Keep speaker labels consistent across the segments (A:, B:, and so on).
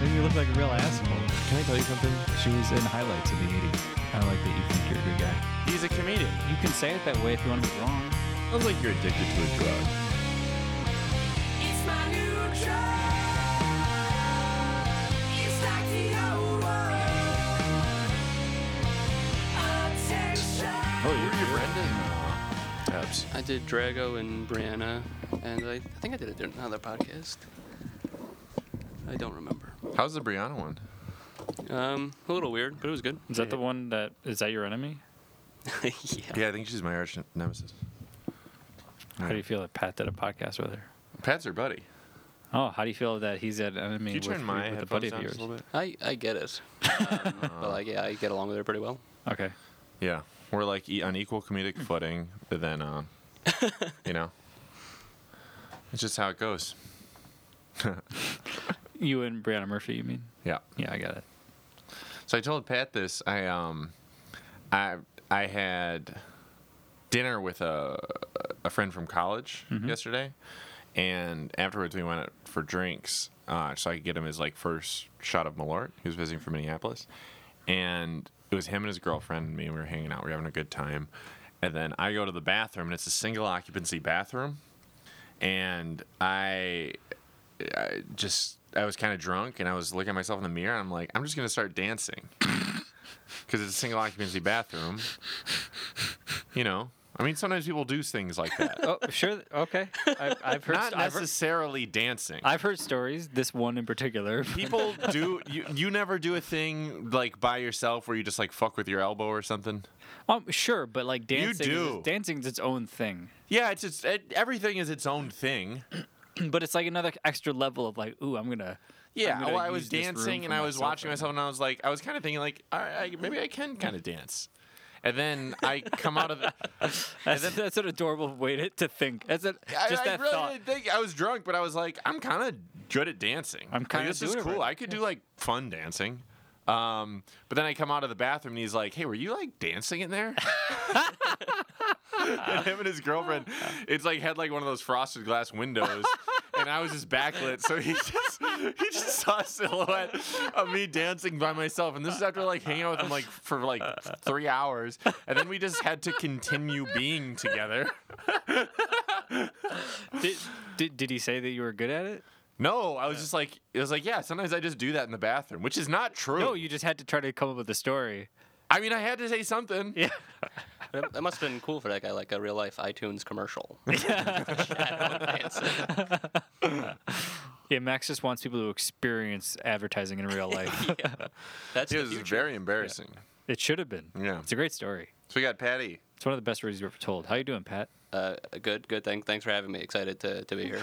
A: Maybe you look like a real asshole.
B: Can I tell you something? She was in highlights in the 80s. I like that you think you're a good guy.
C: He's a comedian.
A: You can say it that way if you want to be wrong.
D: Sounds like you're addicted to a drug.
E: It's my new drug. It's like the old one. Attention.
D: Oh, you're your Brendan. Perhaps.
F: I did Drago and Brianna, and I, I think I did it on another podcast. I don't remember.
D: How's the Brianna one?
F: Um, a little weird, but it was good.
B: Is that the one that is that your enemy?
F: yeah.
D: Yeah, I think she's my arch nemesis.
B: How do you feel that Pat did a podcast with her?
D: Pat's her buddy.
B: Oh, how do you feel that he's an enemy
D: Can you
B: with,
D: turn my
B: with a
D: headphones
B: buddy
D: down
B: of yours?
D: just a little bit?
F: I, I get it. Um, but like, yeah, I get along with her pretty well.
B: Okay.
D: Yeah, we're like e- on equal comedic footing. But then, um, you know, it's just how it goes.
B: You and Brianna Murphy, you mean?
D: Yeah.
B: Yeah, I got it.
D: So I told Pat this. I um, I I had dinner with a a friend from college yesterday, and afterwards we went out for drinks. Uh, so I could get him his like first shot of Malort. He was visiting from Minneapolis, and it was him and his girlfriend and me. We were hanging out. We were having a good time, and then I go to the bathroom, and it's a single occupancy bathroom, and I I just I was kind of drunk and I was looking at myself in the mirror and I'm like, I'm just gonna start dancing because it's a single occupancy bathroom. You know, I mean, sometimes people do things like that.
B: Oh, sure. Okay. I've, I've heard.
D: Not
B: I've heard,
D: necessarily dancing.
B: I've heard stories. This one in particular.
D: people do. You, you never do a thing like by yourself where you just like fuck with your elbow or something.
B: Um, sure, but like dancing,
D: do.
B: Is, dancing's its own thing.
D: Yeah, it's just it, everything is its own thing.
B: But it's like another extra level of like, ooh, I'm gonna.
D: Yeah,
B: I'm gonna
D: well, I
B: use
D: was
B: this room
D: dancing
B: for
D: and I was
B: myself
D: watching
B: right
D: myself, and I was like, I was kind of thinking like, all right, I- maybe I can kind of dance. And then I come out of the,
B: That's, that's an adorable way to, to think. That's a,
D: I,
B: just
D: I
B: that
D: really
B: thought.
D: didn't think I was drunk, but I was like, I'm kind of good at dancing.
B: I'm
D: Like,
B: kinda
D: this is
B: doing it right
D: cool.
B: now."
D: I could do like fun dancing. Um, but then I come out of the bathroom and he's like, "Hey, were you like dancing in there?" and him and his girlfriend, it's like had like one of those frosted glass windows, and I was just backlit, so he just he just saw a silhouette of me dancing by myself. And this is after like hanging out with him like for like three hours, and then we just had to continue being together.
B: Did, did, did he say that you were good at it?
D: No, I was just like, it was like, yeah, sometimes I just do that in the bathroom, which is not true.
B: No, you just had to try to come up with a story.
D: I mean, I had to say something.
B: Yeah.
F: But it, that must have been cool for that guy, like a real life iTunes commercial.
B: Yeah, Max just wants people to experience advertising in real life.
F: That's
D: It
F: the
D: was
F: future.
D: very embarrassing.
B: It should have been.
D: Yeah.
B: It's a great story.
D: So we got Patty.
B: It's one of the best stories you've ever told. How you doing, Pat?
F: uh, good, good thing. Thanks for having me. Excited to, to be here.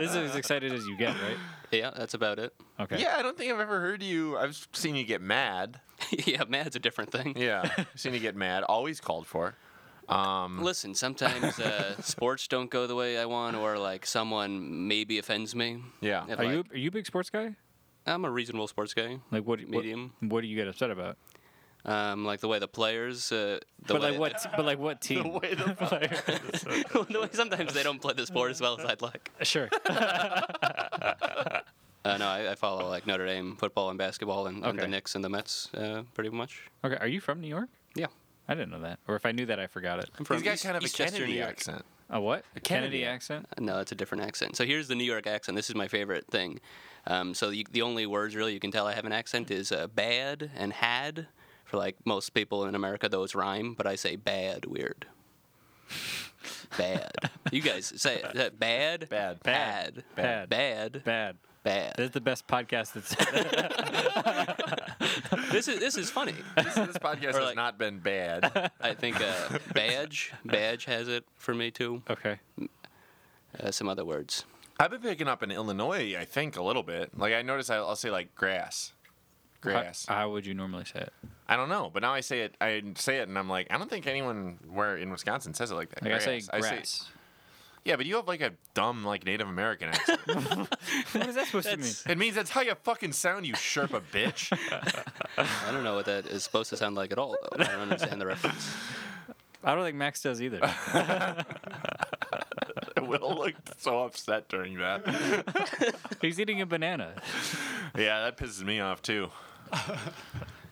B: This is as excited as you get, right?
F: yeah, that's about it.
B: Okay.
D: Yeah, I don't think I've ever heard you. I've seen you get mad.
F: yeah, man's a different thing.
D: Yeah, I've seen you get mad. Always called for.
F: Listen, sometimes uh, sports don't go the way I want, or like someone maybe offends me.
D: Yeah.
F: If,
B: Are you
F: like,
B: are you a big sports guy?
F: I'm a reasonable sports guy.
B: Like what? what-
F: Medium.
B: What, do you get upset about?
F: Um, like the way the players, uh, the
B: But
F: way
B: like what? But like what team?
F: the way sometimes they don't play the sport as well as I'd like.
B: Sure.
F: Uh, no, I, I follow like Notre Dame football and basketball, and, and the
B: Okay.
F: Knicks and the Mets, uh, pretty much.
B: Okay. Are you from New York?
F: Yeah,
B: I didn't know that. Or if I knew that, I forgot it.
F: I'm from
D: He's got
F: East-
D: kind of a
F: Eastchester, New
D: Kennedy
F: York.
D: accent.
B: A what? A
D: Kennedy.
B: accent.
F: No, it's a different accent. So here's the New York accent. This is my favorite thing. Um, so you, the only words really you can tell I have an accent is uh, bad and had. For like most people in America, those rhyme, but I say bad weird. Bad. you guys say it. Is that bad.
D: Bad.
F: Bad.
B: Bad.
F: Bad.
B: Bad.
F: Bad.
B: That's the best podcast that's.
F: This is this is funny.
D: This, this podcast
F: Or
D: has
F: like-
D: not been bad.
F: I think uh, badge badge has it for me too.
B: okay.
F: Uh, some other words.
D: I've been picking up in Illinois, I think, a little bit. Like I notice, I, I'll say like grass,
B: How,
D: grass.
B: how would you normally say it?
D: I don't know, but now I say it. I say it, and I'm like, I don't think anyone where in Wisconsin says it like that.
B: Like I say
D: Grass.
B: grass.
D: Yeah, but you have like a dumb like Native American accent.
B: what is that supposed to mean?
F: That's-
D: it means that's how you fucking sound, you Sherpa bitch.
F: I don't know what that is supposed to sound like at all. Though. I don't understand the reference.
B: I don't think Max does either.
D: Will looked so upset during that.
B: He's eating a banana.
D: Yeah, that pisses me off too.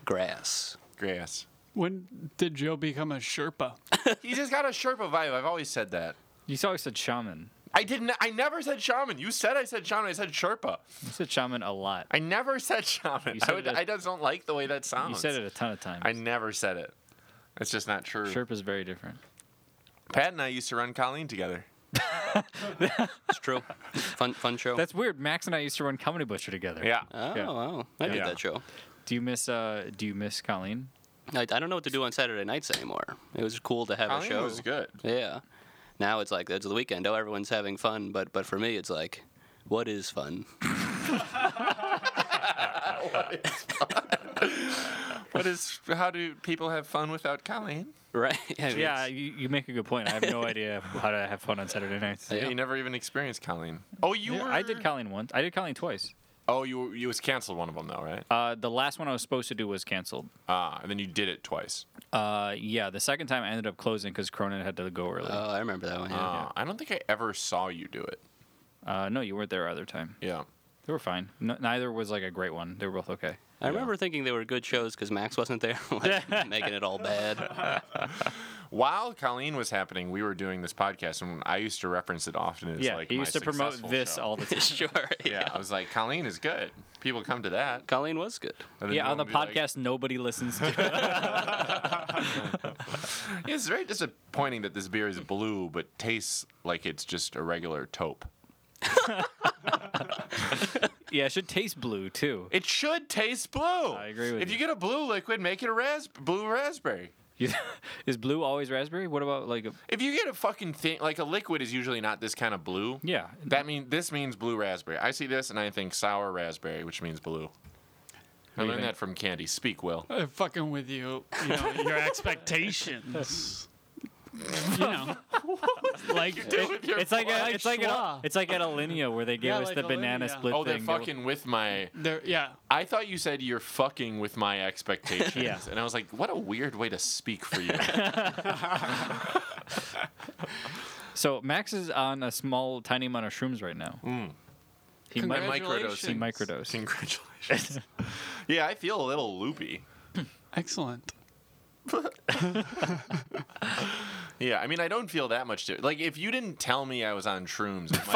F: Grass.
D: Grass.
C: When did Joe become a Sherpa?
D: He just got a Sherpa vibe. I've always said that.
B: You always said shaman.
D: I didn't. I never said shaman. You said I said shaman. I said Sherpa.
B: You said shaman a lot.
D: I never said shaman.
B: You said
D: I, would,
B: it a-
D: I just don't like the way that sounds.
B: You said it a ton of times.
D: I never said it. It's just not true.
B: Sherp is very different.
D: Pat and I used to run Colleen together.
F: It's true. fun fun show.
B: That's weird. Max and I used to run Comedy Butcher together.
D: Yeah.
F: oh
B: yeah.
F: wow, I did
D: Yeah.
F: that show.
B: Do you miss uh do you miss Colleen?
F: I, I don't know what to do on Saturday nights anymore. It was cool to have a
D: Colleen
F: show.
D: was good.
F: Yeah. Now it's like it's the weekend. Oh, everyone's having fun, but but for me, it's like, what is fun?
D: What is? How do people have fun without Colleen?
F: Right? I mean,
B: Yeah,
F: it's-
B: you, you make a good point. I have no idea how to have fun on Saturday nights.
F: Yeah.
D: You never even experienced Colleen. Oh, you
B: Yeah,
D: were.
B: I did Colleen once. I did Colleen twice.
D: Oh, you you was canceled one of them though, right?
B: Uh, the last one I was supposed to do was canceled.
D: Ah, and then you did it twice.
B: Uh, yeah, the second time I ended up closing because Cronin had to go early.
F: Oh, I remember that one. Yeah.
D: Ah, I don't think I ever saw you do it.
B: Uh, no, you weren't there either time.
D: Yeah.
B: They were fine. No, neither was like a great one. They were both okay.
F: I remember thinking they were good shows because Max wasn't there, like, making it all bad.
D: While Colleen was happening, we were doing this podcast, and I used to reference it often as
B: yeah,
D: like
B: he
D: my
B: used to promote
D: successful
B: this
D: show.
B: all the time.
F: sure.
D: Yeah,
F: Yeah.
D: I was like, Colleen is good. People come to that.
F: Colleen was good.
D: And then
B: yeah,
D: you
B: on the
D: would be like,
B: podcast nobody listens to.
D: it's very disappointing that this beer is blue, but tastes like it's just a regular taupe.
B: yeah, it should taste blue too.
D: It should taste blue. I
B: agree with
D: If you
B: you.
D: get a blue liquid, make it a ras- blue raspberry.
B: Is blue always raspberry? What about like a,
D: If you get a fucking thing, like a liquid is usually not this kind of blue.
B: yeah?
D: That mean this means blue raspberry. I see this and I think sour raspberry, which means blue. I learned that from Candy. Speak, Will.
C: I'm Uh, fucking with you. You know your expectations. you know, like
B: It's like a, it's like a,
C: schwa.
B: it's like at Alinea where they gave
C: Yeah,
B: us
C: like
B: the banana
C: Alinea.
B: split
D: Oh, they're
B: thing. They were-
D: fucking with my.
C: they're yeah.
D: I thought you said you're fucking with my expectations.
B: Yeah.
D: And I was like, what a weird way to speak for you.
B: So Max is on a small, tiny amount of shrooms right now.
D: Mm.
B: He might
D: My microdosing.
B: microdose.
D: Congratulations. yeah, I feel a little loopy.
C: Excellent.
D: Yeah, I mean, I don't feel that much. Di- like, if you didn't tell me I was on shrooms, it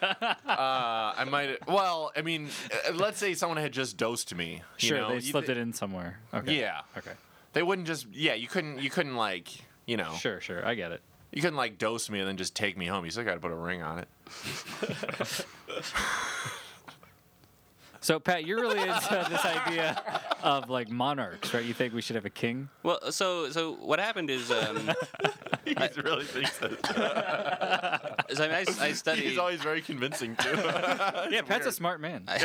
D: might, uh, I might. Well, I mean, uh, let's say someone had just dosed me. you
B: Sure,
D: know,
B: they
D: you
B: slipped
D: thi-
B: it in somewhere. Okay.
D: Yeah,
B: Okay.
D: they wouldn't just. Yeah, you couldn't. You couldn't like. You know,
B: Sure, sure. I get it.
D: you couldn't like dose me and then just take me home. You still got to put a ring on it.
B: So Pat, you're really into this idea of like monarchs, right? You think we should have a king?
F: Well, so so what happened is, um,
D: He really thinks that.
F: is I, mean, I, s- I studied.
D: He's always very convincing too.
B: Yeah, Pat's a smart man.
F: I,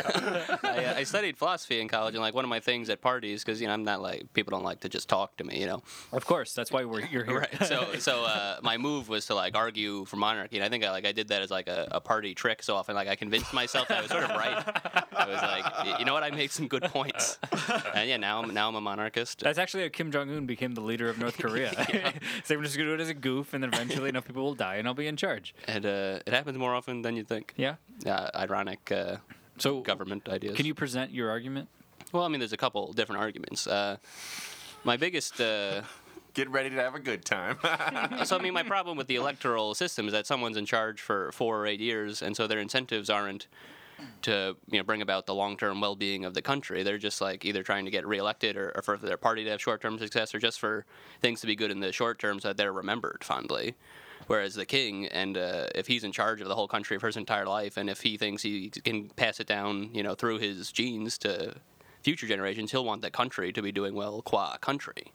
F: uh, I studied philosophy in college, and like one of my things at parties, because you know I'm not like people don't like to just talk to me, you know.
B: Of course, that's why we're you're here.
F: Right. So so uh, my move was to like argue for monarchy, and I think I like I did that as like a, a party trick. So often, like I convinced myself that I was sort of right. I was like, y- you know what, I made some good points, and yeah, now I'm now I'm a monarchist.
B: That's actually how Kim Jong Un became the leader of North Korea. so we're just gonna do it as a goof, and then eventually enough people will die, and I'll be in charge.
F: and uh, it happens more often than you think.
B: Yeah.
F: Uh, ironic uh,
B: So
F: government ideas.
B: Can you present your argument?
F: Well, I mean, there's a couple different arguments. Uh, my biggest. Uh,
D: Get ready to have a good time.
F: so I mean, my problem with the electoral system is that someone's in charge for four or eight years, and so their incentives aren't to you know bring about the long-term well-being of the country. They're just like either trying to get reelected or, or for their party to have short-term success, or just for things to be good in the short term so that they're remembered fondly. Whereas the king, and uh, if he's in charge of the whole country for his entire life, and if he thinks he can pass it down, you know, through his genes to future generations, he'll want that country to be doing well qua country,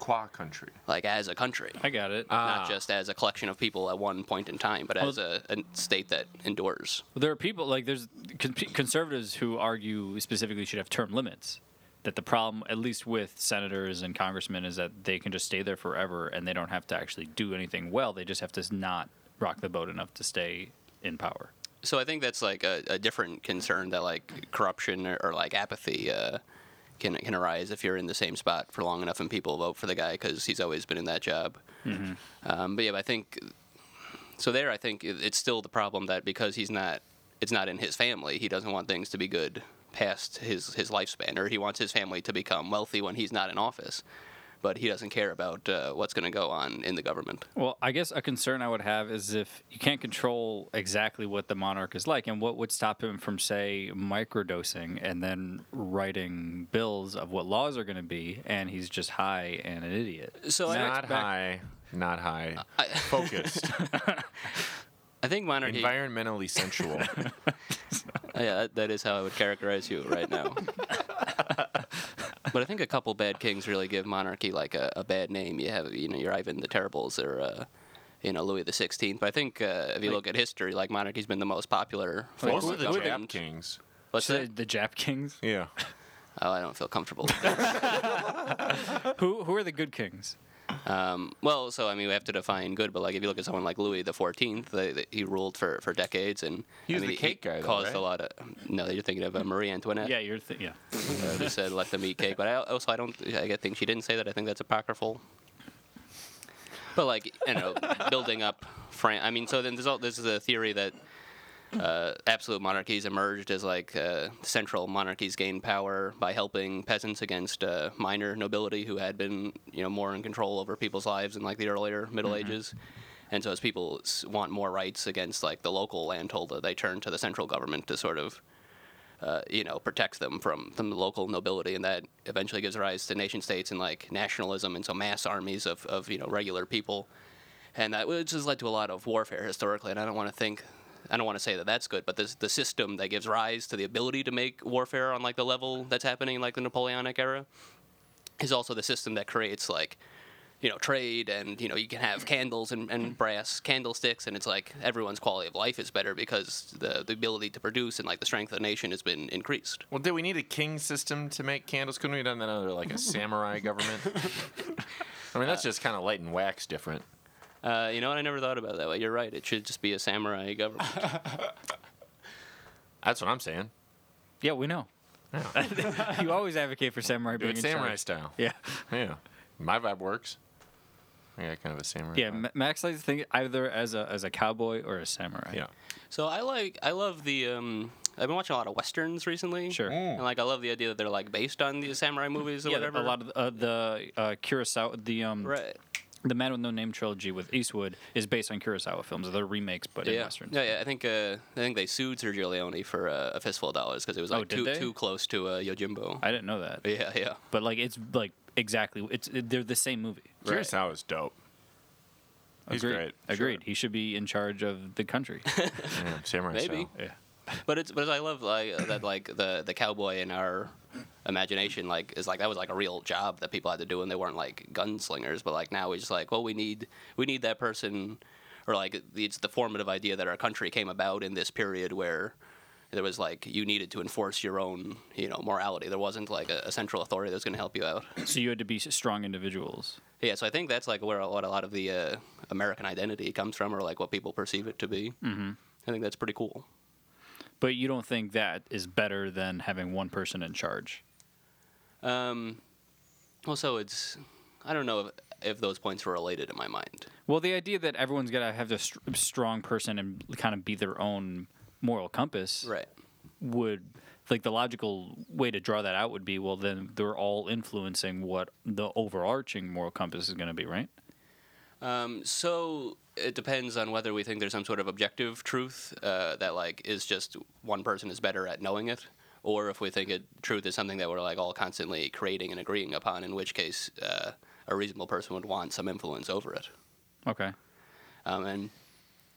D: Qua country.
F: like as a country
B: I got it.
D: Ah.
F: not just as a collection of people at one point in time, but as a, a state that endures.
B: Well, there are people like there's con- conservatives who argue specifically should have term limits. That the problem, at least with senators and congressmen, is that they can just stay there forever and they don't have to actually do anything well. They just have to not rock the boat enough to stay in power.
F: So I think that's like a, a different concern that like corruption or, or like apathy uh, can can arise if you're in the same spot for long enough and people vote for the guy because he's always been in that job. Um, but yeah, I think So there, I think it- it's still the problem that because he's not, it's not in his family. He doesn't want things to be good past his his lifespan, or he wants his family to become wealthy when he's not in office. But he doesn't care about uh, what's going to go on in the government.
B: Well, I guess a concern I would have is if you can't control exactly what the monarch is like, and what would stop him from, say, microdosing and then writing bills of what laws are going to be, and he's just high and an idiot.
F: So I-
D: not
B: back-
D: high, not high. Focused,
F: I think monarchy.
D: environmentally sensual.
F: yeah, that, that is how I would characterize you right now. but I think a couple bad kings really give monarchy like a, a bad name. You have you know your Ivan the Terribles or uh, you know Louis the Sixteenth. But I think uh, if you look at history, like monarchy's been the most popular. form
D: Most of the
F: government.
D: Jap kings.
F: What's
B: The,
F: that?
B: the Jap kings.
D: Yeah.
F: Oh, I don't feel comfortable.
B: Who who are the good kings?
F: um, well, so I mean we have to define good, but like if you look at someone like Louis the Fourteenth, they, they- he ruled for, for decades and
D: He
F: I
D: was
F: mean,
D: the cake guy, though,
F: caused
D: right?
F: a lot of. No, you're thinking of uh, Marie Antoinette.
B: Yeah, you're th- yeah.
F: uh, who said let them eat cake. But I also I don't I get- think she didn't say that. I think that's apocryphal. But like you know, building up France. I mean, so then there's all this is a theory that uh, absolute monarchies emerged as like uh, central monarchies gained power by helping peasants against uh, minor nobility who had been you know more in control over people's lives in like the earlier Middle Ages. And so, as people s- want more rights against like the local landholder, they turn to the central government to sort of uh, you know, protects them from, from the local nobility, and that eventually gives rise to nation states and like nationalism, and so mass armies of, of you know regular people, and that which has led to a lot of warfare historically. And I don't want to think, I don't want to say that that's good, but this the system that gives rise to the ability to make warfare on like the level that's happening like the Napoleonic era, is also the system that creates like. You know, trade, and you know, you can have candles and, and brass candlesticks, and it's like everyone's quality of life is better because the, the ability to produce and like the strength of the nation has been increased.
D: Well, did we need a king system to make candles? Couldn't we have done that under like a samurai government? I mean, that's just kind of light and wax different.
F: Uh, you know what? I never thought about it that way. You're right. It should just be a samurai government.
D: That's what I'm saying.
B: Yeah, we know. you always advocate for samurai
D: Do
B: being
D: it
B: in
D: samurai
B: charge.
D: style.
B: Yeah,
D: Yeah. My vibe works. I got kind of a samurai.
B: yeah.
D: vibe.
B: Ma- Max likes to think either as a as a cowboy or a samurai.
D: yeah.
F: so I like, I love the. Um, I've been watching a lot of westerns recently.
B: Sure. Mm.
F: And like, I love the idea that they're like based on these samurai movies or
B: yeah.
F: whatever.
B: A lot of the- uh, the uh, Curacao, the um,
F: right.
B: The Man with No Name trilogy with Eastwood is based on Kurosawa films. They're remakes, but in
F: Yeah.
B: westerns.
F: yeah, yeah. I think uh, I think they sued Sergio Leone for uh, a fistful of dollars because it was
B: Oh,
F: like
B: did
F: too
B: they?
F: too close to uh, Yojimbo.
B: I didn't know that.
F: yeah, yeah.
B: But like, it's like exactly. It's they're the same movie.
D: Curious how is dope. He's
B: Agreed.
D: great.
B: Agreed. He should be in charge of the country.
D: Yeah, samurai
F: Maybe.
D: style.
B: yeah.
F: But it's but I love like uh, that like the the cowboy in our imagination like is like that was like a real job that people had to do and they weren't like gunslingers but like now we just like well we need we need that person or like it's the formative idea that our country came about in this period where there was like you needed to enforce your own you know morality there wasn't like a, a central authority that was going to help you out
B: So you had to be strong individuals.
F: yeah so i think that's like where a, what a lot of the uh, american identity comes from or like what people perceive it to be mm-hmm. i think that's pretty cool
B: But you don't think that is better than having one person in charge.
F: Um, also, it's I don't know if, if those points were related in my mind.
B: Well, the idea that everyone's got to have this str- strong person and kind of be their own moral compass would like the logical way to draw that out would be well then they're all influencing what the overarching moral compass is going to be right
F: Um, so it depends on whether we think there's some sort of objective truth uh, that like is just one person is better at knowing it, or if we think it, truth is something that we're like all constantly creating and agreeing upon. In which case, uh, a reasonable person would want some influence over it.
B: okay
F: Um, and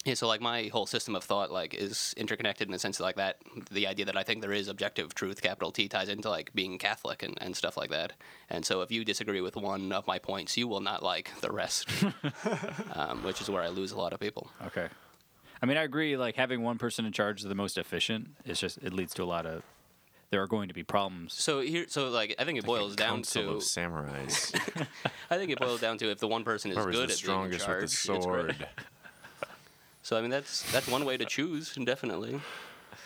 F: yeah, so like my whole system of thought like is interconnected in the sense that like that the idea that I think there is objective truth, capital T, ties into like being Catholic and, and stuff like that. And so if you disagree with one of my points, you will not like the rest, um, which is where I lose a lot of people.
B: okay i mean i agree like having one person in charge is the most efficient it's just it leads to a lot of there are going to be problems
F: So here, so like I think it boils down
D: Council
F: to
D: of samurais.
F: I think it boils down to if the one person is
D: Whoever's
F: good
D: the
F: at being
D: strongest
F: in
D: with
F: charge,
D: the
F: it's great.
D: sword.
F: So I mean that's that's one way to choose, definitely.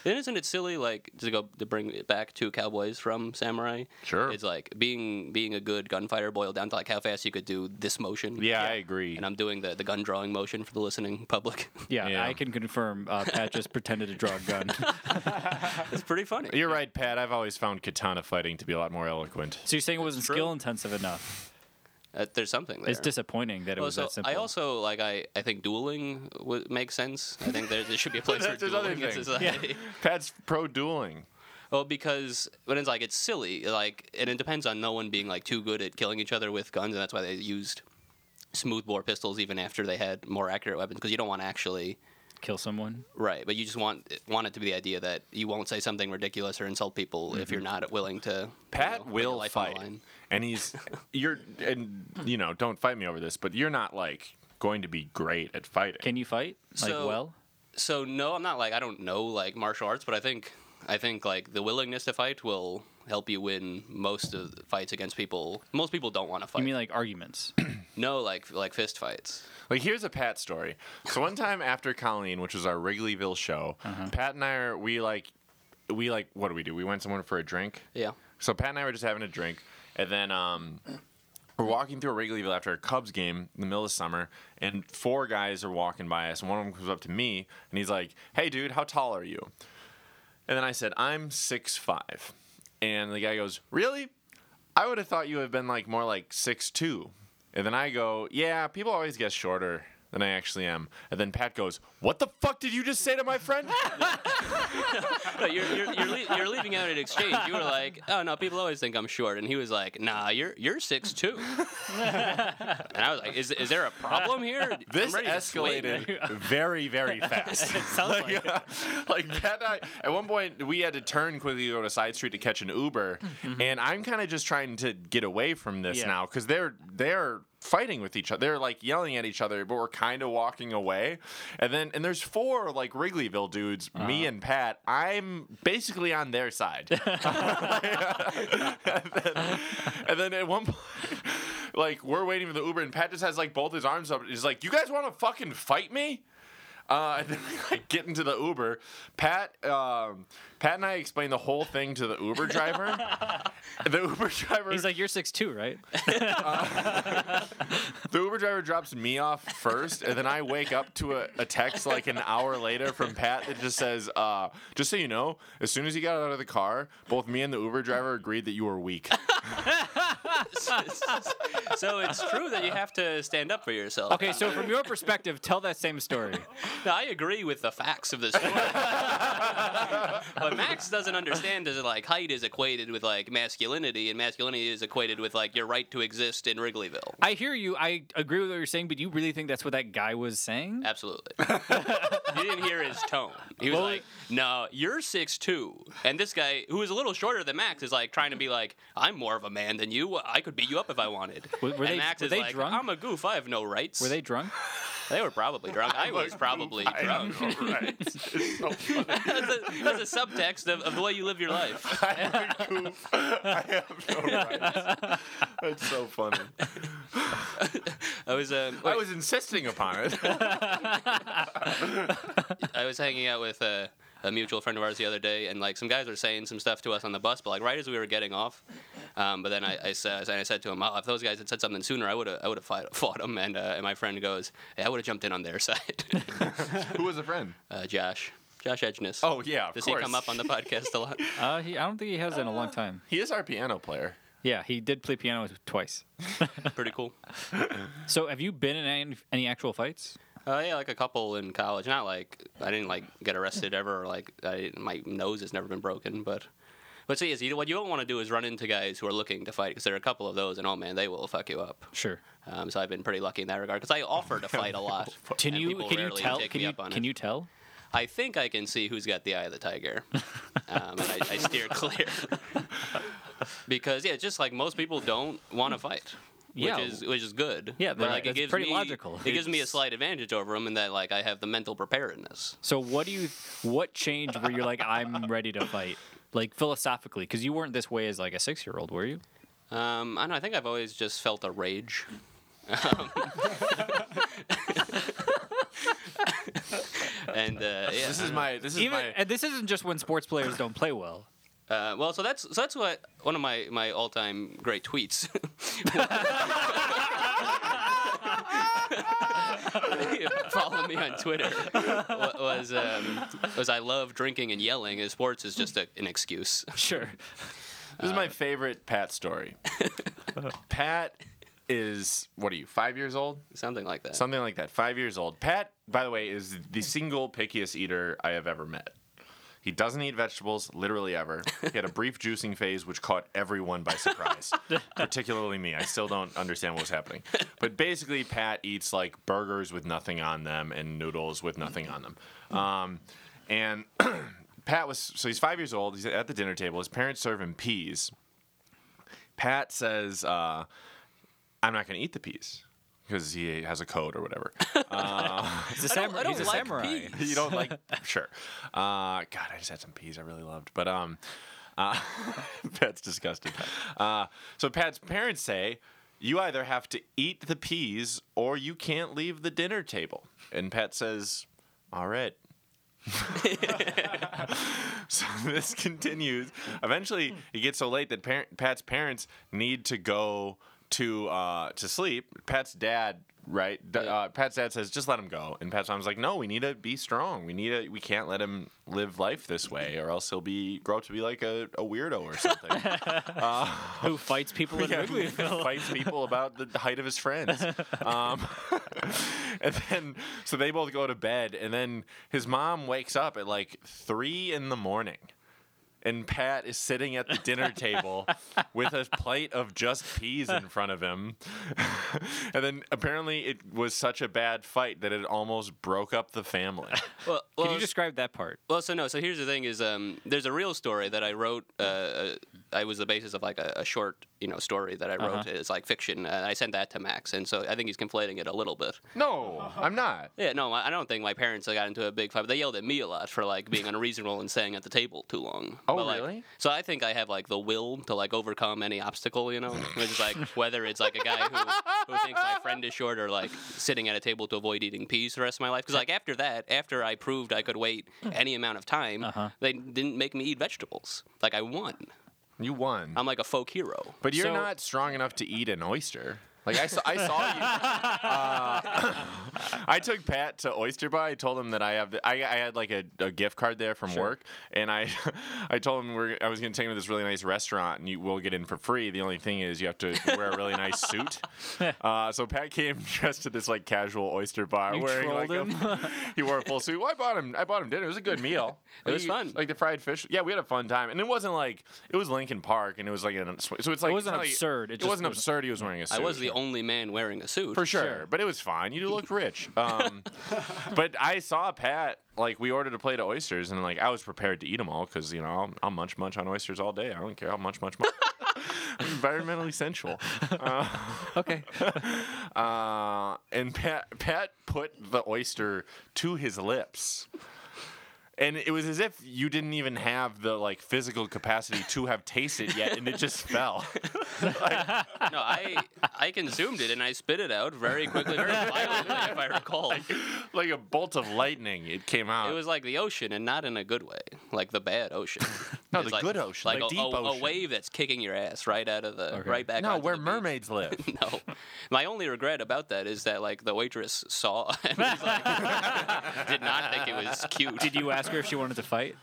F: And isn't it silly, like to go to bring it back to cowboys from samurai?
D: Sure.
F: It's like being being a good gunfighter boiled down to like how fast you could do this motion.
D: Yeah, I agree.
F: And I'm doing the, the gun drawing motion for the listening public.
B: Yeah,
D: Yeah.
B: I can confirm. Uh, Pat just pretended to draw a gun. so
F: it's pretty funny.
D: You're right, Pat. I've always found katana fighting to be a lot more eloquent.
B: you're saying it wasn't skill intensive enough?
F: Uh, there's something there.
B: It's disappointing that it
F: Well,
B: was
F: Oh, so
B: that simple.
F: I also like I, I think dueling w- makes sense. I think there, there should be a place for
D: That's another
F: dueling in
D: thing.
F: society.
D: Pat's pro dueling.
F: Well, because but it's like it's silly, like, and it depends on no one being like too good at killing each other with guns, and that's why they used smoothbore pistols even after they had more accurate weapons, because you don't want to actually
B: kill someone.
F: right, but you just want want it to be the idea that you won't say something ridiculous or insult people if you're not willing to. you know,
D: Mm-hmm. Pat
F: put your
D: will
F: life on the
D: fight,
F: line.
D: and he's you're and you know don't fight me over this, but you're not like going to be great at fighting.
B: Can you fight? Like
F: So-
B: well?
F: So no, I'm not like I don't know like martial arts, but I think I think like the willingness to fight will help you win most of the fights against people. Most people don't want to fight.
B: You mean like arguments?
F: no, like like fist fights.
D: Like here's a Pat story. So one time after Colleen, which was our Wrigleyville show, Pat and I are we like we like what do we do? We went somewhere for a drink.
F: Yeah.
D: So Pat and I were just having a drink, and then um, we're walking through Wrigleyville after a Cubs game in the middle of summer, and four guys are walking by us, and one of them comes up to me, and he's like, "Hey, dude, how tall are you?" And then I said, "I'm six five. and the guy goes, "Really? I would have thought you would have been like more like six two. And then I go, "Yeah, people always guess shorter." Than I actually am, and then Pat goes, "What the fuck did you just say to my friend?"
F: No, you're, you're, you're, le- you're leaving out an exchange. You were like, oh no, people always think I'm short, and he was like, nah, you're you're six two. and I was like, is, is there a problem here? I'm
D: This
F: ready to swing.
D: escalated very, very fast.
B: Sounds like
D: like that night, at one point we had to turn quickly to go to side street to catch an Uber, and I'm kind of just trying to get away from this
B: Yeah.
D: now because they're they're fighting with each other. They're like yelling at each other, but we're kind of walking away. And then and there's four like Wrigleyville dudes, me and Pat. I'm basically on their side. And then at one point, like we're waiting for the Uber, and Pat just has like both his arms up. He's like, "You guys want to fucking fight me?" Uh, and then we like get into the Uber. Pat, um, Pat and I explained the whole thing to the Uber driver. the Uber driver,
B: He's like you're six two, right?
D: the Uber driver drops me off first, and then I wake up to a, a text like an hour later from Pat that just says, uh, "Just so you know, as soon as you got out of the car, both me and the Uber driver agreed that you were weak."
F: so it's true that you have to stand up for yourself.
B: Okay, so from your perspective, tell that same story.
F: Now, I agree with the facts of this story. what Max doesn't understand is that like height is equated with like masculinity, and masculinity is equated with like your right to exist in Wrigleyville.
B: I hear you. I agree with what you're saying, but you really think that's what that guy was saying?
F: Absolutely. you didn't hear his tone. He was like, "No, you're six two, and this guy who is a little shorter than Max is like trying to be like, "I'm more of a man than you. I could beat you up if I wanted."
B: Were- were
F: and
B: they-
F: Max
B: were
F: is
B: they
F: like,
B: drunk?
F: "I'm a goof. I have no rights."
B: Were they drunk?
F: They were probably drunk. I was probably drunk.
D: right. It's so funny.
F: that's, a, that's a subtext of, of the way you live your life.
D: That's so funny.
F: I was um,
D: I was insisting upon it.
F: I was hanging out with a, a mutual friend of ours the other day, and like some guys were saying some stuff to us on the bus, but like right as we were getting off, um, but then I, I, sa- I said to him, "Oh, if those guys had said something sooner, I would have I would have fought, fought 'em." And uh, and my friend goes, "Hey, I would have jumped in on their side."
D: Who was a friend?
F: uh, Josh, Josh Edgeness.
D: Oh yeah, of
F: does
D: course.
F: he come up on the podcast a lot?
B: Uh, he, I don't think he has in a
F: Uh.
B: long time.
D: He is our piano player.
B: Yeah, he did play piano twice.
F: Pretty cool.
B: So have you been in any, any actual fights?
F: Uh, yeah, like a couple in college. Not like I didn't like get arrested ever. Or, like I, my nose has never been broken, but but see, is you, what you don't want to do is run into guys who are looking to fight because there are a couple of those, and oh man, they will fuck you up.
B: Sure.
F: Um, so I've been pretty lucky in that regard because I
D: Oh,
F: offer to fight a lot.
B: Can
F: and
B: you
F: people
B: can you
F: rarely
B: tell
F: take
B: can
F: me
B: you
F: up on
B: can
F: it.
B: you tell?
F: I think I can see who's got the eye of the tiger, um, and I, I steer clear because yeah, just like most people don't want to fight. Which
B: Yeah.
F: is which is good.
B: Yeah,
F: but
B: right.
F: like it
B: That's
F: gives
B: pretty
F: me,
B: logical.
F: It gives me a
B: It's-
F: slight advantage over them in that like I have the mental preparedness.
B: So what do you what changed where you're like I'm ready to fight? Like philosophically, because you weren't this way as like a six year old, were you?
F: Um, I don't know. I think I've always just felt a rage. Um, And uh, yeah,
D: This is my. This is
B: Even,
D: my.
B: and this isn't just when sports players don't play well.
F: uh, well, so that's so that's what one of my my all time great tweets. Follow me on Twitter. wa- Was um, was I love drinking and yelling, and sports is just a, an excuse.
B: Sure.
D: This is my favorite Pat story. Pat is what are you? Five years old?
F: Something like that.
D: Something like that. Five years old. Pat, by the way, is the single pickiest eater I have ever met. He doesn't eat vegetables, literally ever. He had a brief juicing phase, which caught everyone by surprise, particularly me. I still don't understand what was happening. But basically, Pat eats like burgers with nothing on them and noodles with nothing on them. Um, and Pat was, so he's five years old. He's at the dinner table. His parents serve him peas. Pat says, uh, I'm not going to eat the peas because he has a code or whatever.
B: He's a,
F: I don't-
B: samurai.
F: I don't
B: He's a
F: like
B: samurai.
F: peas.
D: you don't like sure uh god i just had some peas i really loved but um uh, pat's disgusted uh so pat's parents say you either have to eat the peas or you can't leave the dinner table and pat says all right so this continues. Eventually, it gets so late that par- Pat's parents need to go to uh, to sleep. Pat's dad, right? D-
F: Yeah.
D: uh, Pat's dad says, "Just let him go." And Pat's mom's like, "No, we need to be strong. We need to. We can't let him live life this way, or else he'll be grow up to be like a, a weirdo or something."
B: Who fights people in
D: Yeah,
B: Wrigley?
D: fights people about the height of his friends. Um, and then, so they both go to bed, and then his mom wakes up at like three in the morning. And Pat is sitting at the dinner table with a plate of just peas in front of him. and then apparently it was such a bad fight that it almost broke up the family.
F: Well,
B: Can
F: well,
B: you describe that part?
F: Well, so no. So here's the thing: is um, there's a real story that I wrote. Uh, uh, I was the basis of like a, a short, you know, story that I wrote. It's like fiction. And I sent that to Max, and so I think he's conflating it a little bit.
D: No, I'm not.
F: Yeah, no, I I don't think my parents got into a big fight. They yelled at me a lot for like being unreasonable and staying at the table too long.
D: Oh,
F: like,
D: really?
F: So I think I have like the will to like overcome any obstacle, you know, which is like whether it's like a guy who, who thinks my friend is short or like sitting at a table to avoid eating peas the rest of my life. Because like after that, after I proved I could wait any amount of time,
D: Uh-huh.
F: they didn't make me eat vegetables. Like I won.
D: You won.
F: I'm like a folk hero.
D: But you're
B: So-
D: not strong enough to eat an oyster. Like I saw, I saw you. Uh, I took Pat to Oyster Bar. I told him that I have, the, I, I had like a, a gift card there from work, and I, I told him we're, I was going to take him to this really nice restaurant, and you will get in for free. The only thing is you have to wear a really nice suit. Uh, so Pat came dressed to this like casual Oyster Bar,
B: You
D: wearing
B: trolled
D: like a- he wore a full suit. Well, I bought him, I bought him dinner. It was a good meal.
F: It was
D: Like,
F: fun.
D: Like the fried fish. Yeah, we had a fun time, and it wasn't like it was Lincoln Park, and it was like an so it's like
B: It
D: like-
B: wasn't
D: it's not like-
B: absurd, it
D: It,
B: just
D: wasn't
B: was-
D: absurd. He was wearing a suit.
F: I was the only man wearing a suit.
D: for sure, but it was fine. You looked rich. Um, but I saw Pat like we ordered a plate of oysters, and like I was prepared to eat them all because you know I'll, I'll munch munch on oysters all day. I don't care. I'll munch munch munch. Environmentally sensual.
B: Okay.
D: Uh, and Pat Pat put the oyster to his lips. And it was as if you didn't even have the like physical capacity to have tasted yet, and it just fell.
F: No, I I consumed it and I spit it out very quickly, very violently, if I recall.
D: like a bolt of lightning, it came out.
F: It was like the ocean, and not in a good way, like the bad ocean.
D: No,
F: It's
D: the
F: like-
D: good ocean,
F: like
D: the
F: a,
D: deep
F: a- a
D: ocean.
F: wave that's kicking your ass right out of the right back.
D: no,
F: onto
D: where
F: the beach.
D: mermaids live.
F: No, my only regret about that is that like the waitress saw and was like, did not think it was cute.
B: Did you ask her if she wanted to fight?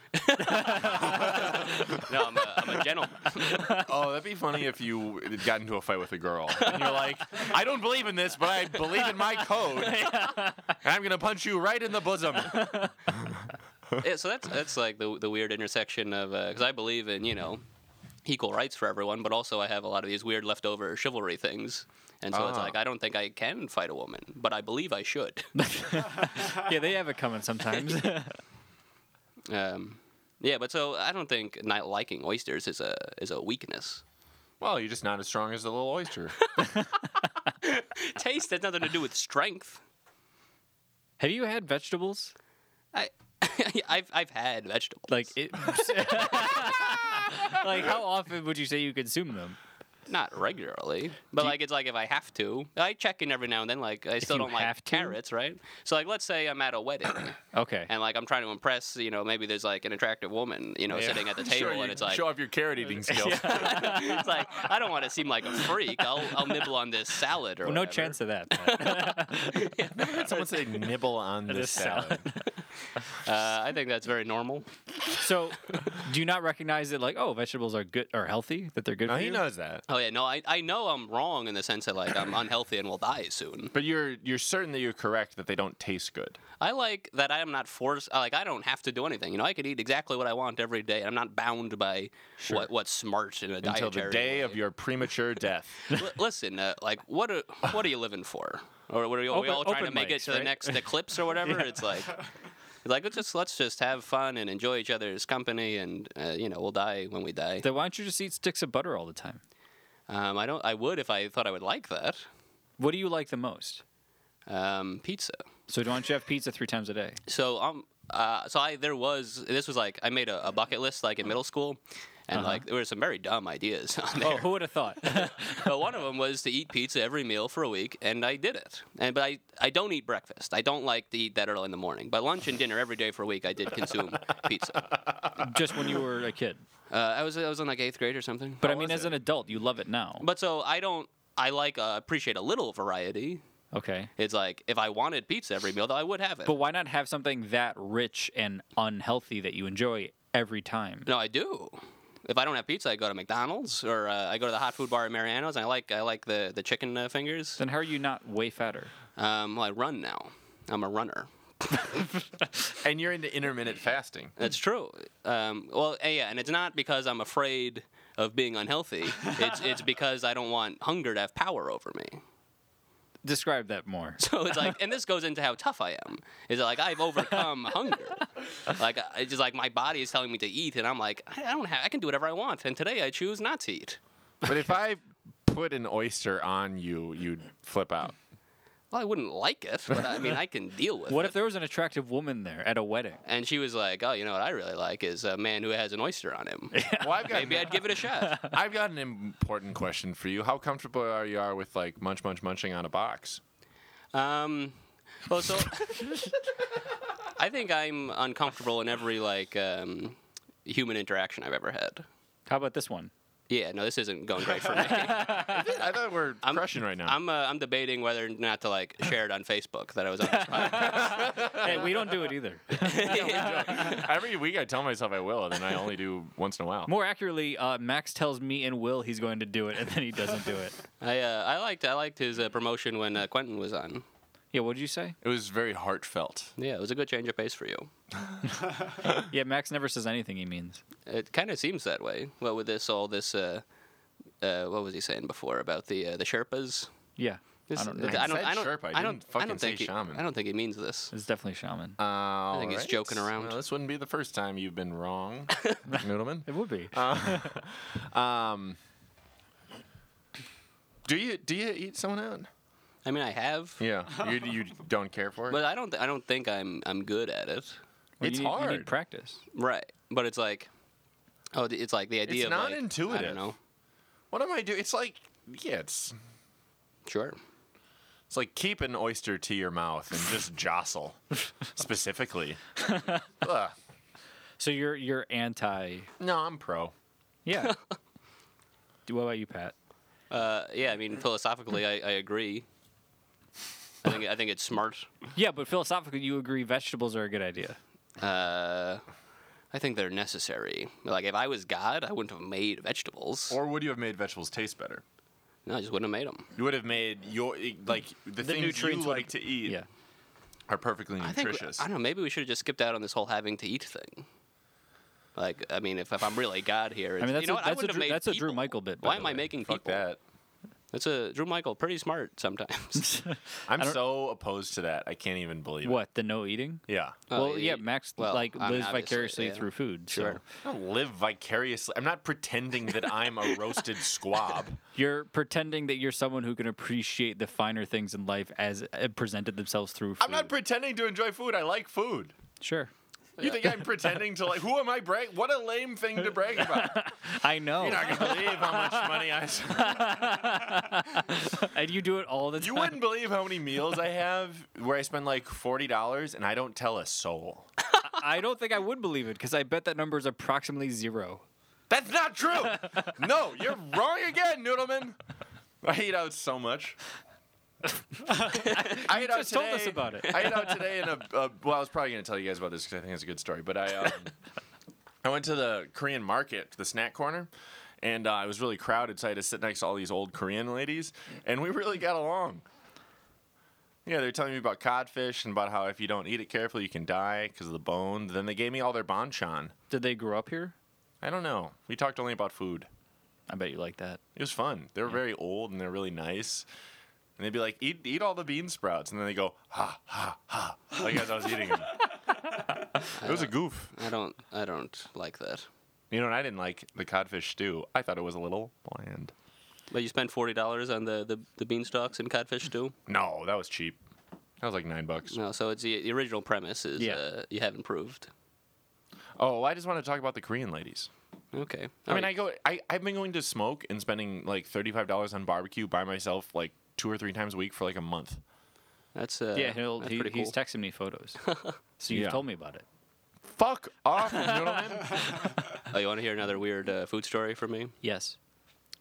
F: No, I'm a, I'm a gentleman.
D: oh, that'd be funny if you got into a fight with a girl and you're like, I don't believe in this, but I believe in my code. And I'm gonna punch you right in the bosom.
F: yeah, so that's that's like the the weird intersection of because I believe in you know equal rights for everyone, but also I have a lot of these weird leftover chivalry things, and so it's
D: Ah.
F: like I don't think I can fight a woman, but I believe I should.
B: Yeah, they have it coming sometimes.
F: um, yeah, but so I don't think not liking oysters is a is a weakness.
D: Well, you're just not as strong as the little oyster.
F: Taste has nothing to do with strength.
B: have you had vegetables?
F: I. I've I've had vegetables.
B: Like it. like how often would you say you consume them?
F: Not regularly, but like it's like if I have to, I check in every now and then. Like I still
B: you
F: don't like
B: have to?
F: carrots, right? So like let's say I'm at a wedding,
B: Okay.
F: and like I'm trying to impress, you know, maybe there's like an attractive woman, you know, sitting at the table, and it's like
D: show off your carrot eating skills.
F: it's like I don't want to seem like a freak. I'll I'll nibble on this salad or
B: well, no
F: whatever.
B: chance of that. but-
D: Someone say nibble on this
B: This salad.
D: salad.
F: Uh, I think that's very normal.
B: so, do you not recognize that like, oh, vegetables are good are healthy, that they're good
D: No,
B: for
D: he
B: you?
D: knows that.
F: Oh yeah, no, I, I know I'm wrong in the sense that like I'm unhealthy and will die soon.
D: But you're you're certain that you're correct that they don't taste good.
F: I like that I am not forced. Like I don't have to do anything. You know, I could eat exactly what I want every day. I'm not bound by what what's smart in a
D: Until the
F: dietary
D: day
F: way.
D: of your premature death.
F: L- listen, uh, like what are what are you living for? Or what are, you, are we
B: Open-
F: all trying to
B: open
F: make it
B: mics,
F: to the
B: right?
F: next eclipse or whatever? It's like. Like let's just let's just have fun and enjoy each other's company, and uh, you know we'll die when we die.
B: Then why don't you just eat sticks of butter all the time?
F: Um, I don't. I would if I thought I would like that.
B: What do you like the most?
F: Um, pizza.
B: So why don't you have pizza three times a day?
F: So um, uh, so I there was this was like I made a, a bucket list like in middle school, and like there were some very dumb ideas on there.
B: Uh-huh. Oh, who would have thought?
F: but one of them was to eat pizza every meal for a week, and I did it. And but I I don't eat breakfast. I don't like to eat that early in the morning. But lunch and dinner every day for a week, I did consume pizza.
B: just when you were a kid.
F: Uh, I was I was in like eighth grade or something.
B: But I mean, as an adult, you love it now.
F: but so I don't. I like uh, appreciate a little variety.
B: okay.
F: It's like if I wanted pizza every meal, though, I would have it.
B: But why not have something that rich and unhealthy that you enjoy every time?
F: No, I do. If I don't have pizza, I go to McDonald's or uh, I go to the hot food bar at Mariano's. And I like I like the the chicken uh, fingers.
B: Then how are you not way fatter?
F: Um, well, I run now. I'm a runner.
D: and you're into intermittent fasting.
F: That's true. Um, well, eh, yeah, and it's not because I'm afraid of being unhealthy. It's it's because I don't want hunger to have power over me.
B: Describe that more.
F: So it's like, and this goes into how tough I am. Is that like I've overcome hunger. Like I- it's just like my body is telling me to eat, and I'm like, I I don't have. I can do whatever I want, and today I choose not to eat.
D: But if I put an oyster on you, you'd flip out.
F: Well, I wouldn't like it, but I mean, I can deal with it.
B: What if there was an attractive woman there at a wedding?
F: And she was like, "Oh, you know what I really like is a man who has an oyster on him.
D: Well, I've got
F: Maybe I'd give it a shot."
D: I've got an important question for you. How comfortable are you are with like munch munch munching on a box?
F: Um, well, so I think I'm uncomfortable in every like um, human interaction I've ever had.
B: How about this one?
F: Yeah, no, this isn't going great for me.
D: I thought we're crushing right now.
F: I'm uh, I'm debating whether or not to like share it on Facebook that I was on this podcast.
B: Hey, we don't do it either.
D: Every week I tell myself I will, and then I only do once in a while.
B: More accurately, uh, Max tells me and Will he's going to do it, and then he doesn't do it.
F: I uh, I liked I liked his uh, promotion when uh, Quentin was on.
B: Yeah, what did you say?
D: It was very heartfelt.
F: Yeah, it was a good change of pace for you.
B: Yeah, Max never says anything he means.
F: It kind of seems that way. What with this all this uh, uh, what was he saying before about the uh, the Sherpas?
B: Yeah.
F: This-
B: I don't know.
F: th- I don't,
D: said
F: I don't,
D: Sherpa, I
F: I don't,
D: didn't fucking
F: I don't
D: say
F: think he,
D: shaman.
F: I don't think he means this.
B: It's definitely shaman.
D: I
F: think he's joking around.
D: this wouldn't be the first time you've been wrong, Noodleman.
B: it would be.
D: Do you do you eat someone out?
F: I mean, I have,
D: Yeah, you, you don't care for it.
F: but I don't. Th- I don't think I'm. I'm good at it.
B: Well,
D: it's
B: you need-
D: hard.
B: You need practice.
F: Right, but it's like, oh, th- it's like the idea.
D: It's
F: of
D: not
F: like, I
D: intuitive.
F: don't know.
D: what am I doing? It's like yeah, it's
F: Sure.
D: it's like keep an oyster to your mouth and just jostle specifically. Ugh.
B: So you're you're anti.
D: No, I'm pro.
B: Yeah. Do- what about you, Pat?
F: Uh, yeah, I mean, philosophically, I, I agree. I think I think it's smart.
B: Yeah, but philosophically, you agree vegetables are a good idea.
F: Uh, I think they're necessary. Like, if I was God, I wouldn't have made vegetables.
D: Or would you have made vegetables taste better?
F: no, I just wouldn't have made them.
D: You would have made your like the, things you
B: nutrients would-
D: like to eat
B: Yeah.
D: are perfectly
F: I think
D: nutritious.
F: I don't know. Maybe we should have just skipped out on this whole having to eat thing. Like, I mean, if, if I'm really God here, it's,
B: mean, that's
F: you know
B: a-
F: what? I
B: that's a
F: wouldn't have
B: Drew-
F: made
B: that's a Drew
F: people.
B: Michael bit, by
F: Why
B: the
F: am I
B: way.
F: making
D: Fuck
F: people?
D: that.
F: That's a Drew Michael. Pretty smart sometimes.
D: I'm so opposed to that. I can't even believe it.
B: What the no eating?
D: Yeah.
F: Oh,
B: well, yeah,
F: y-
B: Max
F: well,
B: like
F: I mean,
B: lives
F: obviously,
B: vicariously
F: yeah.
B: through food. So
F: Sure.
D: I don't live vicariously. I'm not pretending that I'm a roasted squab.
B: you're pretending that you're someone who can appreciate the finer things in life as uh, presented themselves through food.
D: I'm not pretending to enjoy food. I like food.
B: sure.
D: You think I'm pretending to like? Who am I brag? What a lame thing to brag about.
B: I know.
D: You're not gonna believe how much money I.
B: and you do it all the time.
D: You wouldn't believe how many meals I have where I spend like forty dollars and I don't tell a soul.
B: I don't think I would believe it because I bet that number is approximately zero.
D: That's not true. No, you're wrong again, Noodleman. I eat out so much. I ate
B: just told us about it.
D: I ate out today in a, a well. I was probably going to tell you guys about this because I think it's a good story. But I, um, I went to the Korean market, the snack corner, and uh, it was really crowded, so I had to sit next to all these old Korean ladies, and we really got along. Yeah, they were telling me about codfish and about how if you don't eat it carefully, you can die because of the bone. Then they gave me all their banchan.
B: Did they grow up here?
D: I don't know. We talked only about food.
B: I bet you like that.
D: It was fun. They were very old and they're really nice. And they'd be like, eat, eat all the bean sprouts. And then they go, ha, ha, ha. Like as I was eating them. it was a goof.
F: I don't. I don't like that.
D: You know, and I didn't like the codfish stew. I thought it was a little bland.
F: But you spend forty dollars on the, the the bean stalks and codfish stew.
D: No, that was cheap. That was like nine bucks.
F: No, so it's the, the original premise is
B: Yeah.
F: uh, you haven't proved.
D: Oh, I just want to talk about the Korean ladies.
F: Okay.
D: I mean, I go, I, I've been going to smoke and spending like $35 on barbecue by myself like two or three times a week for like a month.
F: that's uh,
B: yeah, he'll,
F: that's
B: he,
F: pretty cool.
B: he's texting me photos. so you
D: Yeah.
B: have told me about it.
D: Fuck off, Noodleman.
F: oh, you want to hear another weird uh, food story from me?
B: Yes.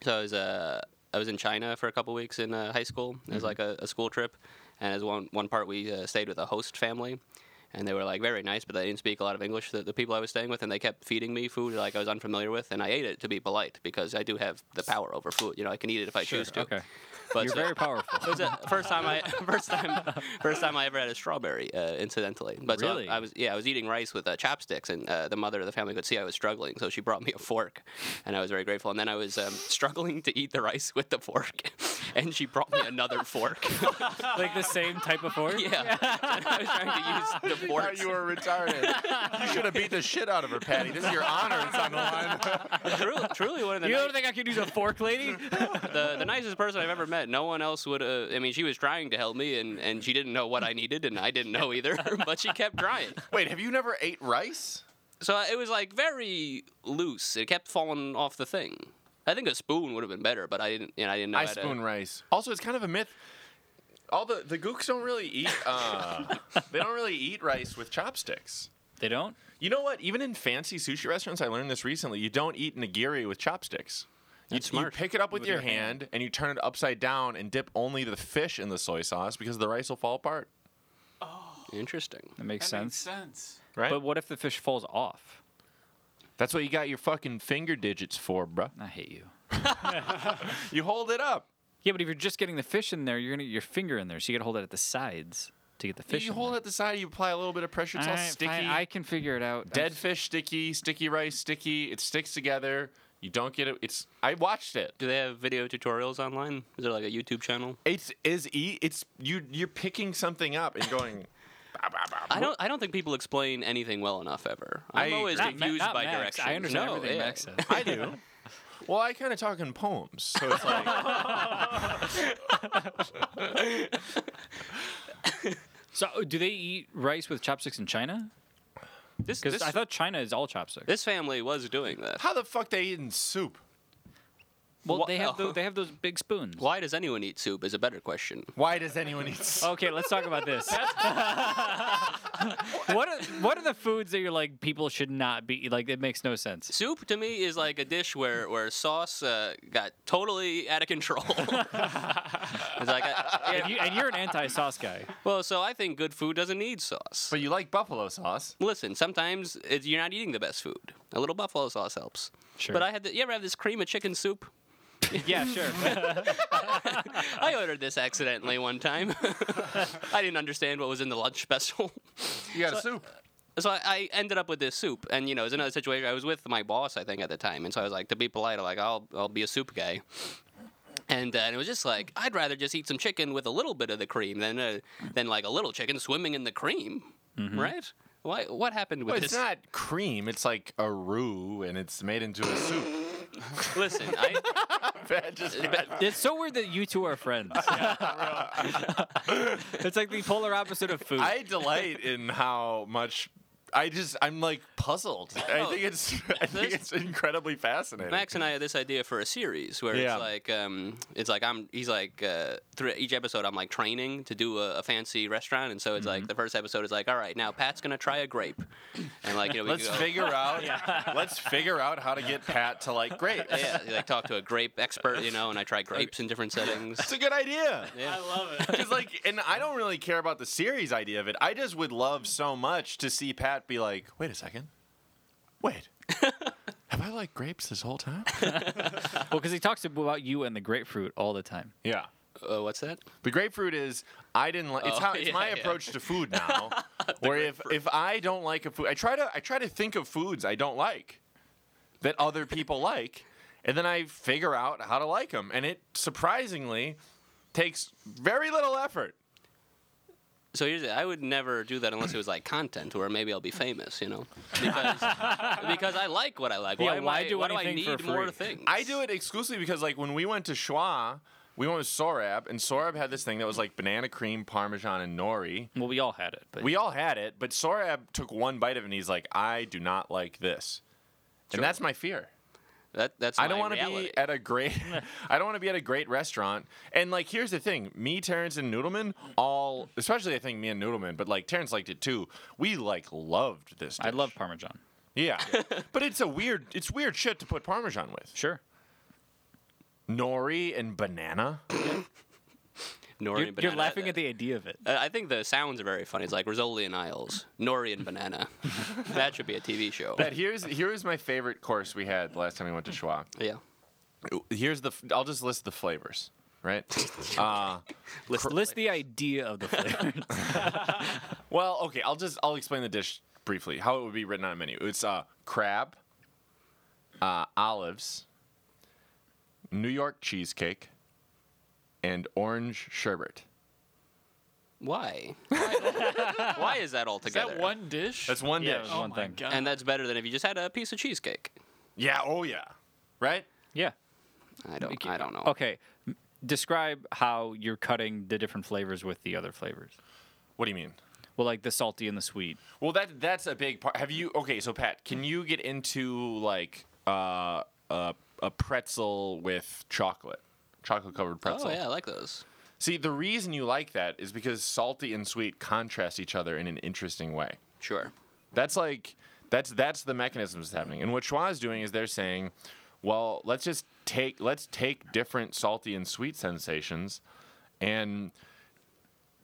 F: So I was uh, I was in China for a couple weeks in uh, high school. It was
B: Mm-hmm.
F: like a, a school trip, and as one one part we uh, stayed with a host family, and they were like very nice, but they didn't speak a lot of English. The, the people I was staying with, and they kept feeding me food like I was unfamiliar with, and I ate it to be polite because I do have the power over food. You know, I can eat it if I choose to.
B: Okay.
F: But
B: You're
F: so-
B: very powerful.
F: It was the first time I first time first time I ever had a strawberry, uh, incidentally. But so I-
B: Really?
F: I, was yeah I was eating rice with uh, chopsticks, and uh, the mother of the family could see I was struggling, so she brought me a fork, and I was very grateful. And then I was um, struggling to eat the rice with the fork, and she brought me another fork.
B: like the same type of fork?
F: yeah, And I was trying to use the
D: Thought
F: fork.
D: you were retarded. You should have beat the shit out of her, Patty. This is your honor. It's on the line.
F: truly, truly one of the
B: You
F: ni-
B: don't think I could use a fork, lady?
F: the, the nicest person I've ever met. No one else would. Uh, I mean, she was trying to help me, and, and she didn't know what I needed, and I didn't know either. but she kept trying.
D: Wait, have you never ate rice?
F: So uh, it was like very loose. It kept falling off the thing. I think a spoon would have been better, but I didn't. You know, I didn't know.
D: I
F: how to-
D: spoon rice. Also, it's kind of a myth. All the the gooks don't really eat. Uh, they don't really eat rice with chopsticks.
B: they don't?
D: You know what? Even in fancy sushi restaurants, I learned this recently. You don't eat nigiri with chopsticks. You,
F: That's
D: you
F: smart.
D: pick it up with, your, hand, and you turn it upside down and dip only the fish in the soy sauce because the rice will fall apart.
F: Interesting.
B: That makes
C: That
B: sense.
C: makes sense.
D: Right.
B: But what if the fish falls off?
D: That's what you got your fucking finger digits for, bruh.
B: I hate you.
D: You hold it up.
B: Yeah, but if you're just getting the fish in there, you're gonna get your finger in there, so you gotta hold it at the sides to get the fish.
D: you
B: in
D: hold it
B: there.
D: at the side, you apply a little bit of pressure, it's all,
B: Alright,
D: sticky.
B: fine, I can figure it out. I'm
D: Dead
B: s-
D: fish sticky, sticky rice sticky. It sticks together. You don't get it. It's I watched it.
F: Do they have video tutorials online? Is there like a YouTube channel?
D: It's is e. It's you. You're picking something up and going. bah, bah, bah, bah.
F: I don't. I don't think people explain anything well enough ever. I'm
D: I
F: always
D: agree.
B: Not Ma-
F: confused
B: not
F: by
B: Max.
F: directions.
B: I understand
F: No,
B: everything
F: yeah.
B: Max said.
D: I do. Well, I kind of talk in poems, so it's like
B: So, do they eat rice with chopsticks in China?
F: This,
B: Because
F: this,
B: I thought China is all chopsticks.
F: this family was doing that.
D: how the fuck they eating soup?
B: well,
F: wha-
B: they have
F: oh.
B: those, they have those big spoons.
F: Why does anyone eat soup? Is a better question.
D: Why does anyone eat? soup?
B: Okay, let's talk about this. what are, what are the foods that you're like people should not be like? It makes no sense.
F: Soup to me is like a dish where, where sauce uh, got totally out of control. it's like I,
B: And, you, and you're an anti-sauce guy.
F: Well, so I think good food doesn't need sauce.
D: But you like buffalo sauce.
F: Listen, sometimes it, you're not eating the best food. A little buffalo sauce helps.
B: Sure.
F: But I had the, you ever have this cream of chicken soup?
B: Yeah, sure.
D: Ah.
F: I ordered this accidentally one time. I didn't understand what was in the lunch special.
D: You got a soup.
F: So I, I ended up with this soup, and you know, it was another situation. I was with my boss, I think, at the time, and so I was like, to be polite, I'm like, I'll, I'll be a soup guy. And, uh, and it was just like, I'd rather just eat some chicken with a little bit of the cream than uh, than like a little chicken swimming in the cream, right? Why? What happened with
D: Mm-hmm. Well,
F: this?
D: it's not cream. It's like a roux, and it's made into a soup.
F: Listen, I,
D: That just-
B: It's so weird that you two are friends. it's like the polar opposite of food.
D: I delight in how much I just I'm like puzzled. I
F: Oh.
D: think it's I think
F: This-
D: it's incredibly fascinating.
F: Max and I had this idea for a series where
D: Yeah.
F: it's like um, it's like I'm he's like uh, through each episode I'm like training to do a, a fancy restaurant and so it's
B: Mm-hmm.
F: like the first episode is like all right now Pat's gonna try a grape and like you know we
D: let's
F: go,
D: figure out let's figure out how to get Pat to like grapes.
F: yeah you, like talk to a grape expert you know and I try grapes in different
D: It's
F: settings
D: a good idea.
F: yeah.
C: love it.
D: Because like, and I don't really care about the series idea of it. I just would love so much to see Pat be like, "Wait a second, wait, have I liked grapes this whole time?"
B: Well, because he talks about you and the grapefruit all the time.
D: Yeah.
F: uh, what's that
D: The grapefruit is I didn't like. It's
F: Oh,
D: how it's
F: yeah,
D: my
F: yeah.
D: approach to food now. where if if I don't like a food, I try to I try to think of foods I don't like that other people like, and then I figure out how to like them. And it surprisingly takes very little effort.
F: So here's it. I would never do that unless it was like content, where maybe I'll be famous, you know, because because I like what I like.
B: Yeah,
F: Why, am
B: why
F: I,
B: do
F: why do I
B: anything
F: need
B: for
F: more
B: free?
F: things?
D: I do it exclusively because like when we went to Schwa, we went with Sorab, and Sorab had this thing that was like banana cream, parmesan, and nori.
B: Well, we all had it, but
D: We all had it, but Sorab took one bite of it and he's like, I do not like this. And that's my fear.
F: That, that's
D: I don't
F: want to
D: be at a great I don't want to be at a great restaurant. And like here's the thing, me, Terrence, and Noodleman, all especially I think me and Noodleman, but like Terrence liked it too. We like loved this
B: I
D: dish.
B: love Parmesan.
D: Yeah. but it's a weird it's weird shit to put parmesan with.
B: Sure.
D: Nori and banana.
F: nori
B: You're,
F: and banana.
B: you're laughing at the idea of it.
F: Uh, I think the sounds are very funny. It's like Rizzoli and Isles, nori and banana. that should be a TV show.
D: But here's here's my favorite course we had last time we went to Schwa.
F: yeah.
D: Here's the I'll just list the flavors, right? Uh,
B: List, list the idea of the flavor.
D: well, okay, I'll just I'll explain the dish briefly how it would be written on a menu. It's uh, crab, uh, olives, New York cheesecake, and orange sherbet.
F: Why? Why, why is that all
C: Is
F: together?
C: that one dish?
D: That's one
B: Yeah,
D: dish.
C: Oh
B: One
C: my
B: thing.
C: god.
F: And that's better than if you just had a piece of cheesecake.
D: Yeah. Oh yeah. Right.
B: yeah.
F: I don't. I don't know.
B: Okay. M- Describe how you're cutting the different flavors with the other flavors.
D: What do you mean?
B: Well, like the salty and the sweet.
D: Well, that that's a big part. Have you okay? So Pat, can you get into like uh, a a pretzel with chocolate, chocolate covered pretzel?
F: Oh yeah, I like those.
D: See, the reason you like that is because salty and sweet contrast each other in an interesting way.
F: Sure.
D: That's like that's that's the mechanism that's happening. And what Schwa is doing is they're saying, well, let's just take let's take different salty and sweet sensations and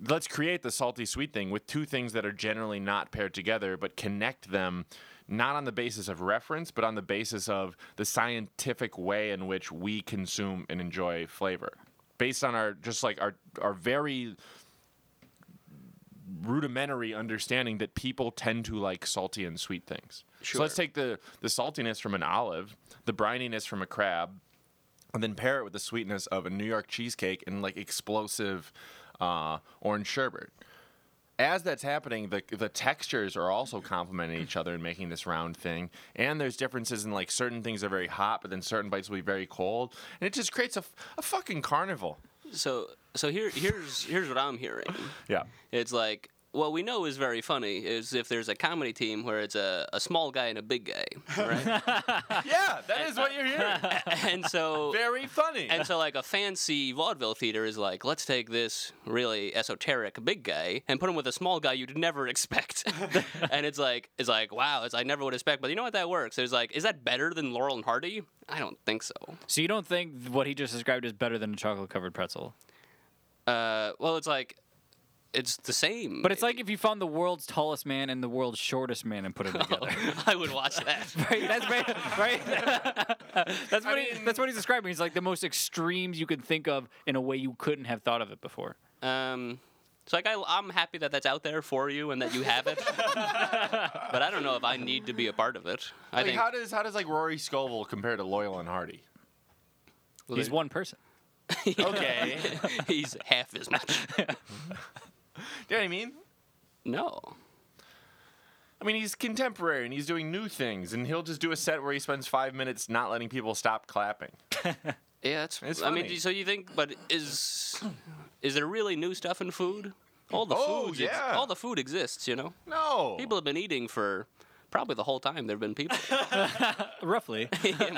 D: let's create the salty sweet thing with two things that are generally not paired together but connect them not on the basis of reference but on the basis of the scientific way in which we consume and enjoy flavor based on our just like our our very rudimentary understanding that people tend to like salty and sweet things. So let's
F: Sure.
D: take the the saltiness from an olive, the brininess from a crab, and then pair it with the sweetness of a New York cheesecake and like explosive uh, orange sherbet. As that's happening, the the textures are also complementing each other and making this round thing. And there's differences in like certain things are very hot, but then certain bites will be very cold, and it just creates a, f- a fucking carnival.
F: So so here here's here's what I'm hearing.
D: Yeah.
F: It's like what we know is very funny is if there's a comedy team where it's a, a small guy and a big guy, right?
D: Yeah, that is what you're hearing.
F: and so
D: Very funny.
F: and so like a fancy vaudeville theater is like, let's take this really esoteric big guy and put him with a small guy you'd never expect. and it's like it's like, wow, it's I never would expect, but you know what that works. It's like, is that better than Laurel and Hardy? I don't think so.
B: So you don't think what he just described is better than a chocolate covered pretzel?
F: Uh, well it's like it's the same.
B: But it's like if you found the world's tallest man and the world's shortest man and put them together.
F: I would watch that.
B: Right, that's right, right. that's what he,
D: mean-
B: that's what he's describing. He's like the most extremes you could think of in a way you couldn't have thought of it before.
F: Um, so like I, I'm happy that that's out there for you and that you have it. but I don't know if I need to be a part of it. I
D: Like
F: think
D: how does how does like Rory Scovel compare to Loyal and Hardy?
F: well,
B: He's
F: there-
B: one person.
D: Okay, you know
F: he's half as much.
D: what I mean?
F: No.
D: I mean he's contemporary and he's doing new things, and he'll just do a set where he spends five minutes not letting people stop clapping.
F: Yeah, that's.
D: It's
F: I mean,
D: funny.
F: do- so you think, but is is there really new stuff in food? All the
D: Oh,
F: foods ex-
D: yeah.
F: all the food exists, you know.
D: No.
F: People have been eating for probably the whole time there've been people.
B: Roughly.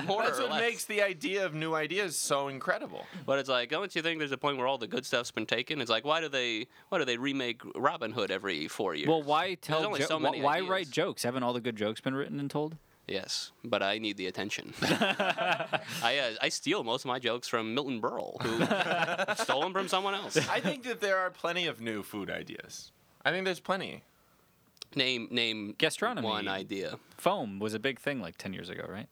F: More
D: That's
F: or
D: what
F: less.
D: makes the idea of new ideas so incredible.
F: But it's like, don't you think there's a point where all the good stuff's been taken? It's like, why do they why do they remake Robin Hood every four years?
B: Well, why tell?
F: only
B: jo-
F: so
B: wh-
F: many
B: why
F: ideas.
B: write jokes? Haven't all the good jokes been written and told?
F: yes, but I need the attention. I uh, I steal most of my jokes from Milton Berle, who stole them from someone else.
D: I think that there are plenty of new food ideas. I think there's plenty.
F: Name name
B: Gastronomy.
F: one idea.
B: Foam was a big thing like ten years ago, right?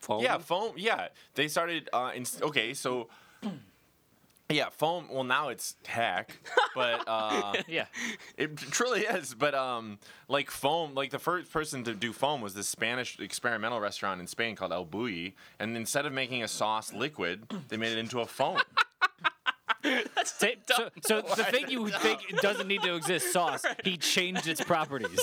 F: Foam?
D: Yeah, foam. Yeah, they started. Uh, in, okay, so yeah, foam. Well, now it's hack, but uh,
B: Yeah.
D: it truly is. But um, like foam, like the first person to do foam was this Spanish experimental restaurant in Spain called El Bulli, and instead of making a sauce liquid, they made it into a foam.
B: so, so the thing you think doesn't need to exist, sauce, he changed its properties.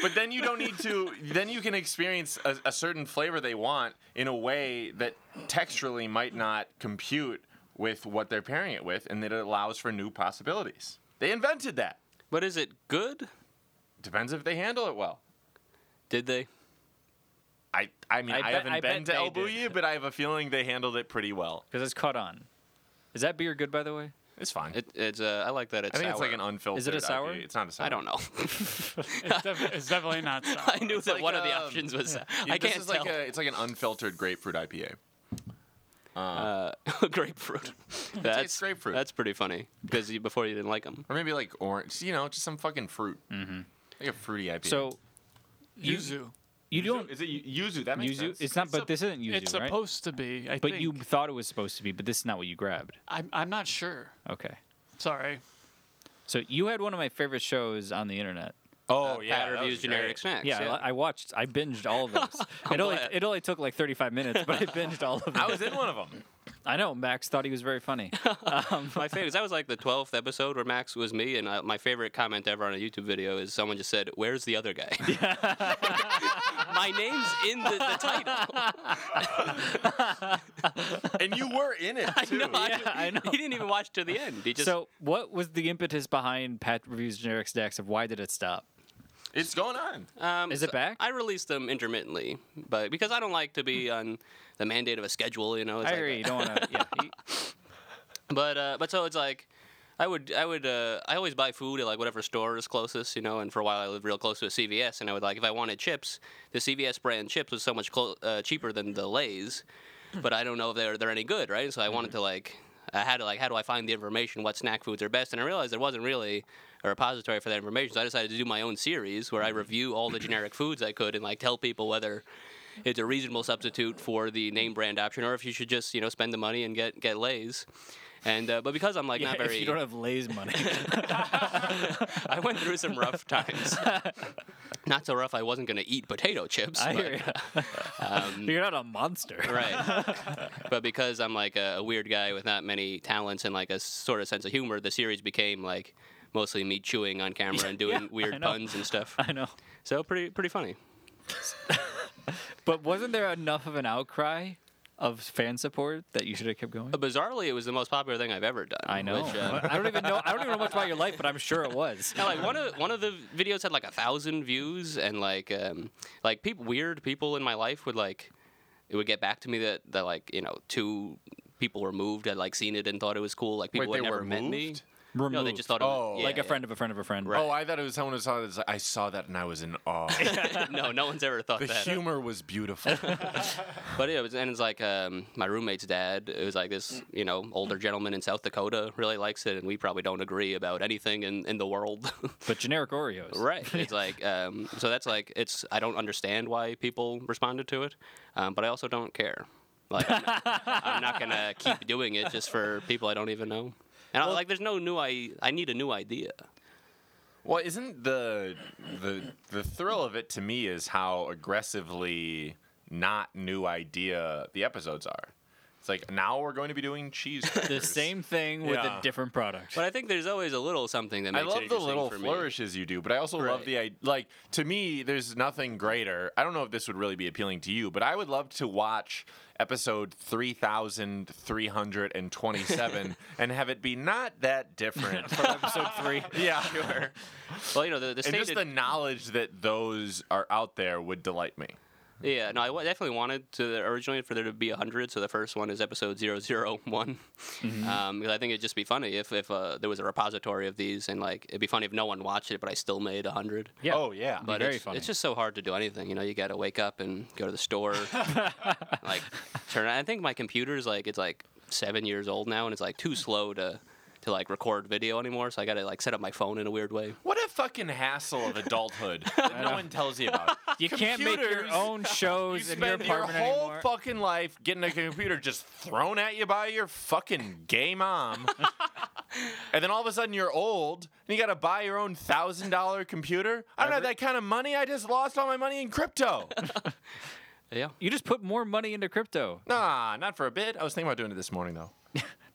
D: But then you don't need to. Then you can experience a, a certain flavor they want in a way that texturally might not compute with what they're pairing it with, and that it allows for new possibilities. They invented that.
F: But is it good?
D: Depends if they handle it well.
F: Did they?
D: I, I mean,
B: I
D: I,
B: bet-
D: haven't
B: I
D: been
B: bet
D: to
B: they
D: El
B: did.
D: Bulli, but I have a feeling they handled it pretty well.
B: Because it's caught on. Is that beer good, by the way?
D: It's fine.
F: It, it's uh, I like that it's
D: I think it's
F: sour.
D: like an unfiltered.
B: Is it a sour?
D: IPA. It's not a sour.
F: I don't know.
C: It's, def- it's definitely not. sour.
F: I knew that
D: like,
F: one of the
D: um,
F: options was. uh,
D: Yeah,
F: I
D: this
F: can't
D: is
F: tell.
D: like a, it's like an unfiltered grapefruit IPA.
F: grapefruit.
D: tastes grapefruit.
F: That's pretty funny because you, before you didn't like them.
D: Or maybe like orange, you know, just some fucking fruit. Mm-hmm. Like a fruity IPA.
B: So you,
C: Yuzu.
B: you don't
D: is it y- yuzu? That makes
B: yuzu.
D: sense.
B: It's not, but
C: sup-
B: this isn't yuzu,
C: It's
B: right?
C: supposed to be. I
B: but
C: think.
B: you thought it was supposed to be, but this is not what you grabbed.
C: I'm, I'm not sure.
B: Okay.
C: Sorry.
B: So you had one of my favorite shows on the internet.
D: Oh yeah, that
F: Pat Uh, reviews
D: was
F: generic
D: great.
F: snacks.
B: Yeah, I, I watched. I binged all of those. it only
F: glad.
B: it only took like 35 minutes, but I binged all of them.
D: I was in one of them.
B: I know Max thought he was very funny.
F: my favorite. That was like the twelfth episode where Max was me, and I, my favorite comment ever on a YouTube video is someone just said, "Where's the other guy?" my name's in the, the title.
D: and you were in it too.
F: No, I-
B: Yeah, I know.
F: He didn't even watch to the end. He just
B: so, what was the impetus behind Pat reviews generic stacks? Of why did it stop?
D: It's going on.
F: Um,
B: Is it
F: so
B: back? Hmm.
F: I release them intermittently, but because I don't like to be on the mandate of a schedule, you know. It's
B: I
F: like
B: agree.
F: a-
B: You don't want to. Yeah.
F: But uh, but so it's like, I would I would uh, I always buy food at like whatever store is closest, you know. And for a while I lived real close to a CVS, and I would like if I wanted chips, the CVS brand chips was so much clo- uh, cheaper than the Lay's,
B: Hmm.
F: but I don't know if they're they're any good, right? So I wanted to like. I had to like, how do I find the information? What snack foods are best? And I realized there wasn't really a repository for that information, so I decided to do my own series
B: Hmm.
F: where I review all the generic foods I could and like tell people whether it's a reasonable substitute for the name brand option, or if you should just you know spend the money and get get Lay's. And uh, but because I'm like
B: yeah
F: not very,
B: If you don't have Lay's money.
F: I went through some rough times. not so rough, I wasn't going to eat potato chips.
B: I
F: but-
B: hear you. You're not a monster.
F: um, right. but because I'm like a, a weird guy with not many talents and like a sort of sense of humor, the series became like mostly me chewing on camera and doing
B: Yeah, I
F: weird
B: know.
F: puns and stuff.
B: I know.
F: So pretty pretty funny.
B: But wasn't there enough of an outcry of fan support that you should have kept going?
F: But bizarrely, it was the most popular thing I've ever done.
B: I know.
F: which, uh,
B: I don't even know. I don't even know much about your life, but I'm sure it was.
F: Yeah, like one of one of the videos had like a thousand views, and like um, like peop weird people in my life would like it would get back to me that that like you know two people were moved had like seen it and thought it was cool. Like people
D: Wait,
F: had
D: they
F: never
D: were
F: met me.
D: moved?
F: No, they
B: Removed.
F: just thought it was,
D: Oh.
F: yeah,
B: like a
F: yeah.
B: friend of a friend of a friend.
D: Oh, I thought it was someone who saw this. I saw that and I was in awe.
F: no, no one's ever thought
D: The
F: that.
D: humor was beautiful.
F: But yeah, it was, and it's like um, my roommate's dad. It was like this, you know, older gentleman in South Dakota really likes it, and we probably don't agree about anything in, in the world.
B: But generic Oreos.
F: Right. It's like um, so that's like it's I don't understand why people responded to it, um, but I also don't care. Like I'm, I'm not gonna keep doing it just for people I don't even know. And I, like there's no new I I need a new idea.
D: well, isn't the the the thrill of it to me is how aggressively not new idea the episodes are. It's like now we're going to be doing cheese.
B: The
D: crackers."
B: same thing with
D: Yeah.
B: a different product.
F: But I think there's always a little something that
D: I
F: makes it
D: love the
F: interesting
D: little
F: for me.
D: flourishes you do, but I also love
F: Right.
D: the i- like. To me, there's nothing greater. I don't know if this would really be appealing to you, but I would love to watch episode three thousand three hundred and twenty-seven and have it be not that different from episode three. Yeah, sure.
F: Well, you know, the, the
D: And
F: stated,
D: just the knowledge that those are out there would delight me.
F: yeah, no, I wa- definitely wanted to originally for there to be hundred. So the first one is episode 001.
D: Mm-hmm.
F: Um, because I think it'd just be funny if if uh, there was a repository of these, and like it'd be funny if no one watched it, but I still made hundred.
B: yeah.
D: Oh yeah,
F: But
B: very
F: it's,
B: funny.
F: it's just so hard to do anything. You know, you got to wake up and go to the store, like turn. I think my computer's like it's like seven years old now, and it's like too slow to to like record video anymore. So I got to like set up my phone in a weird way.
D: what a fucking hassle of adulthood that no one tells you about.
B: you can't make your
D: computers-
B: own shows
D: You
B: in your
D: spend your
B: apartment
D: whole
B: anymore.
D: fucking life getting a computer just thrown at you by your fucking gay mom. and then all of a sudden you're old and you got to buy your own $1,000 computer. I don't have that kind of money. I just lost all my money in crypto.
F: Yeah.
B: you just put more money into crypto
D: nah, not for a bit. I was thinking about doing it this morning, though.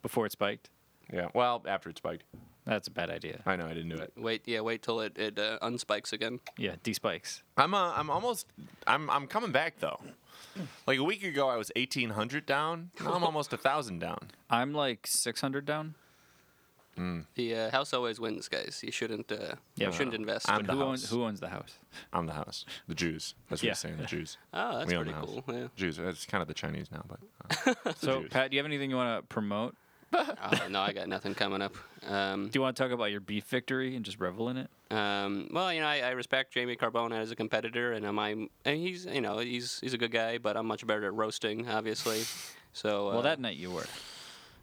B: before it spiked.
D: Yeah, well, after it spiked.
B: That's a bad idea.
D: I know, I didn't do it.
F: Wait, yeah, wait till it, it uh, unspikes again.
B: Yeah, despikes.
D: I'm, uh, I'm almost, I'm, I'm coming back, though. Like a week ago, I was 1,800 down. Now I'm almost 1,000 down.
B: I'm like 600 down.
F: The uh, house always wins, guys. You shouldn't uh,
B: Yeah.
F: you shouldn't invest. Oh,
D: I'm
F: But-
D: The
B: Who owns,
D: house.
B: who owns the house?
D: I'm the house. The Jews. That's what
B: Yeah.
D: he's saying, the Jews.
F: oh, that's
D: we own
F: pretty
D: the
F: cool.
D: house.
F: Yeah.
D: Jews. It's kind of the Chinese now, but uh,
B: So,
D: Jews.
B: Pat, do you have anything you want to promote?
F: Oh, no, I got nothing coming up. Um,
B: Do you want to talk about your beef victory and just revel in it?
F: um, well, you know, I, I respect Jamie Carbone as a competitor, and um, I'm, and he's, you know, he's he's a good guy, but I'm much better at roasting, obviously. So, uh,
B: Well, that night you were.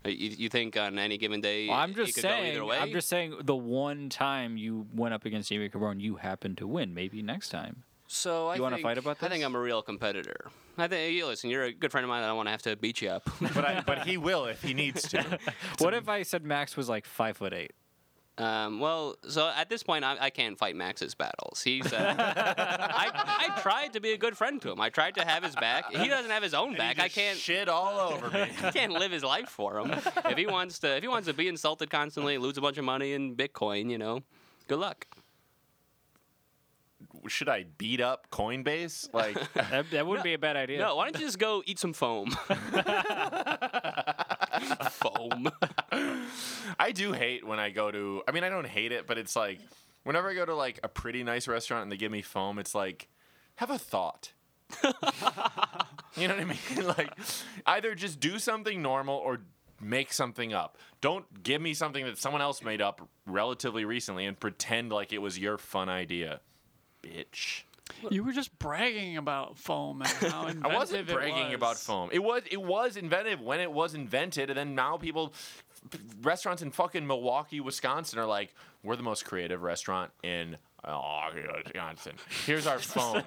F: you, you think on any given day,
B: Well, I'm
F: it
B: just
F: could
B: saying.
F: go either way.
B: I'm just saying. The one time you went up against Jamie Cabron, you happened to win. Maybe next time.
F: So I
B: You wanna
F: think-
B: fight about
F: I think
B: this?
F: I'm a real competitor. I think, you listen, you're a good friend of mine. I don't want to have to beat you up.
D: but I, but he will if he needs to.
B: what if I said Max was like five foot eight?
F: Um, well, so at this point, I, I can't fight Max's battles. He's. Uh, I, I tried to be a good friend to him. I tried to have his back. He doesn't have his own back. I
D: Just
F: can't.
D: shit all over me.
F: I can't live his life for him. If he wants to, if he wants to be insulted constantly, lose a bunch of money in Bitcoin, you know, good luck.
D: Should I beat up Coinbase? Like
B: That, that wouldn't be a bad idea.
F: No, why don't you just go eat some foam? foam.
D: I do hate when I go to. I mean, I don't hate it, but it's like whenever I go to like a pretty nice restaurant and they give me foam, it's like have a thought. you know what I mean? Like either just do something normal or make something up. Don't give me something that someone else made up relatively recently and pretend like it was your fun idea. Bitch.
C: You were just bragging about foam and how
D: I wasn't
C: inventive it
D: bragging about
C: was.
D: foam. It was it was inventive when it was invented, and then now people, restaurants in fucking Milwaukee, Wisconsin, are like, we're the most creative restaurant in oh, Wisconsin. Here's our foam.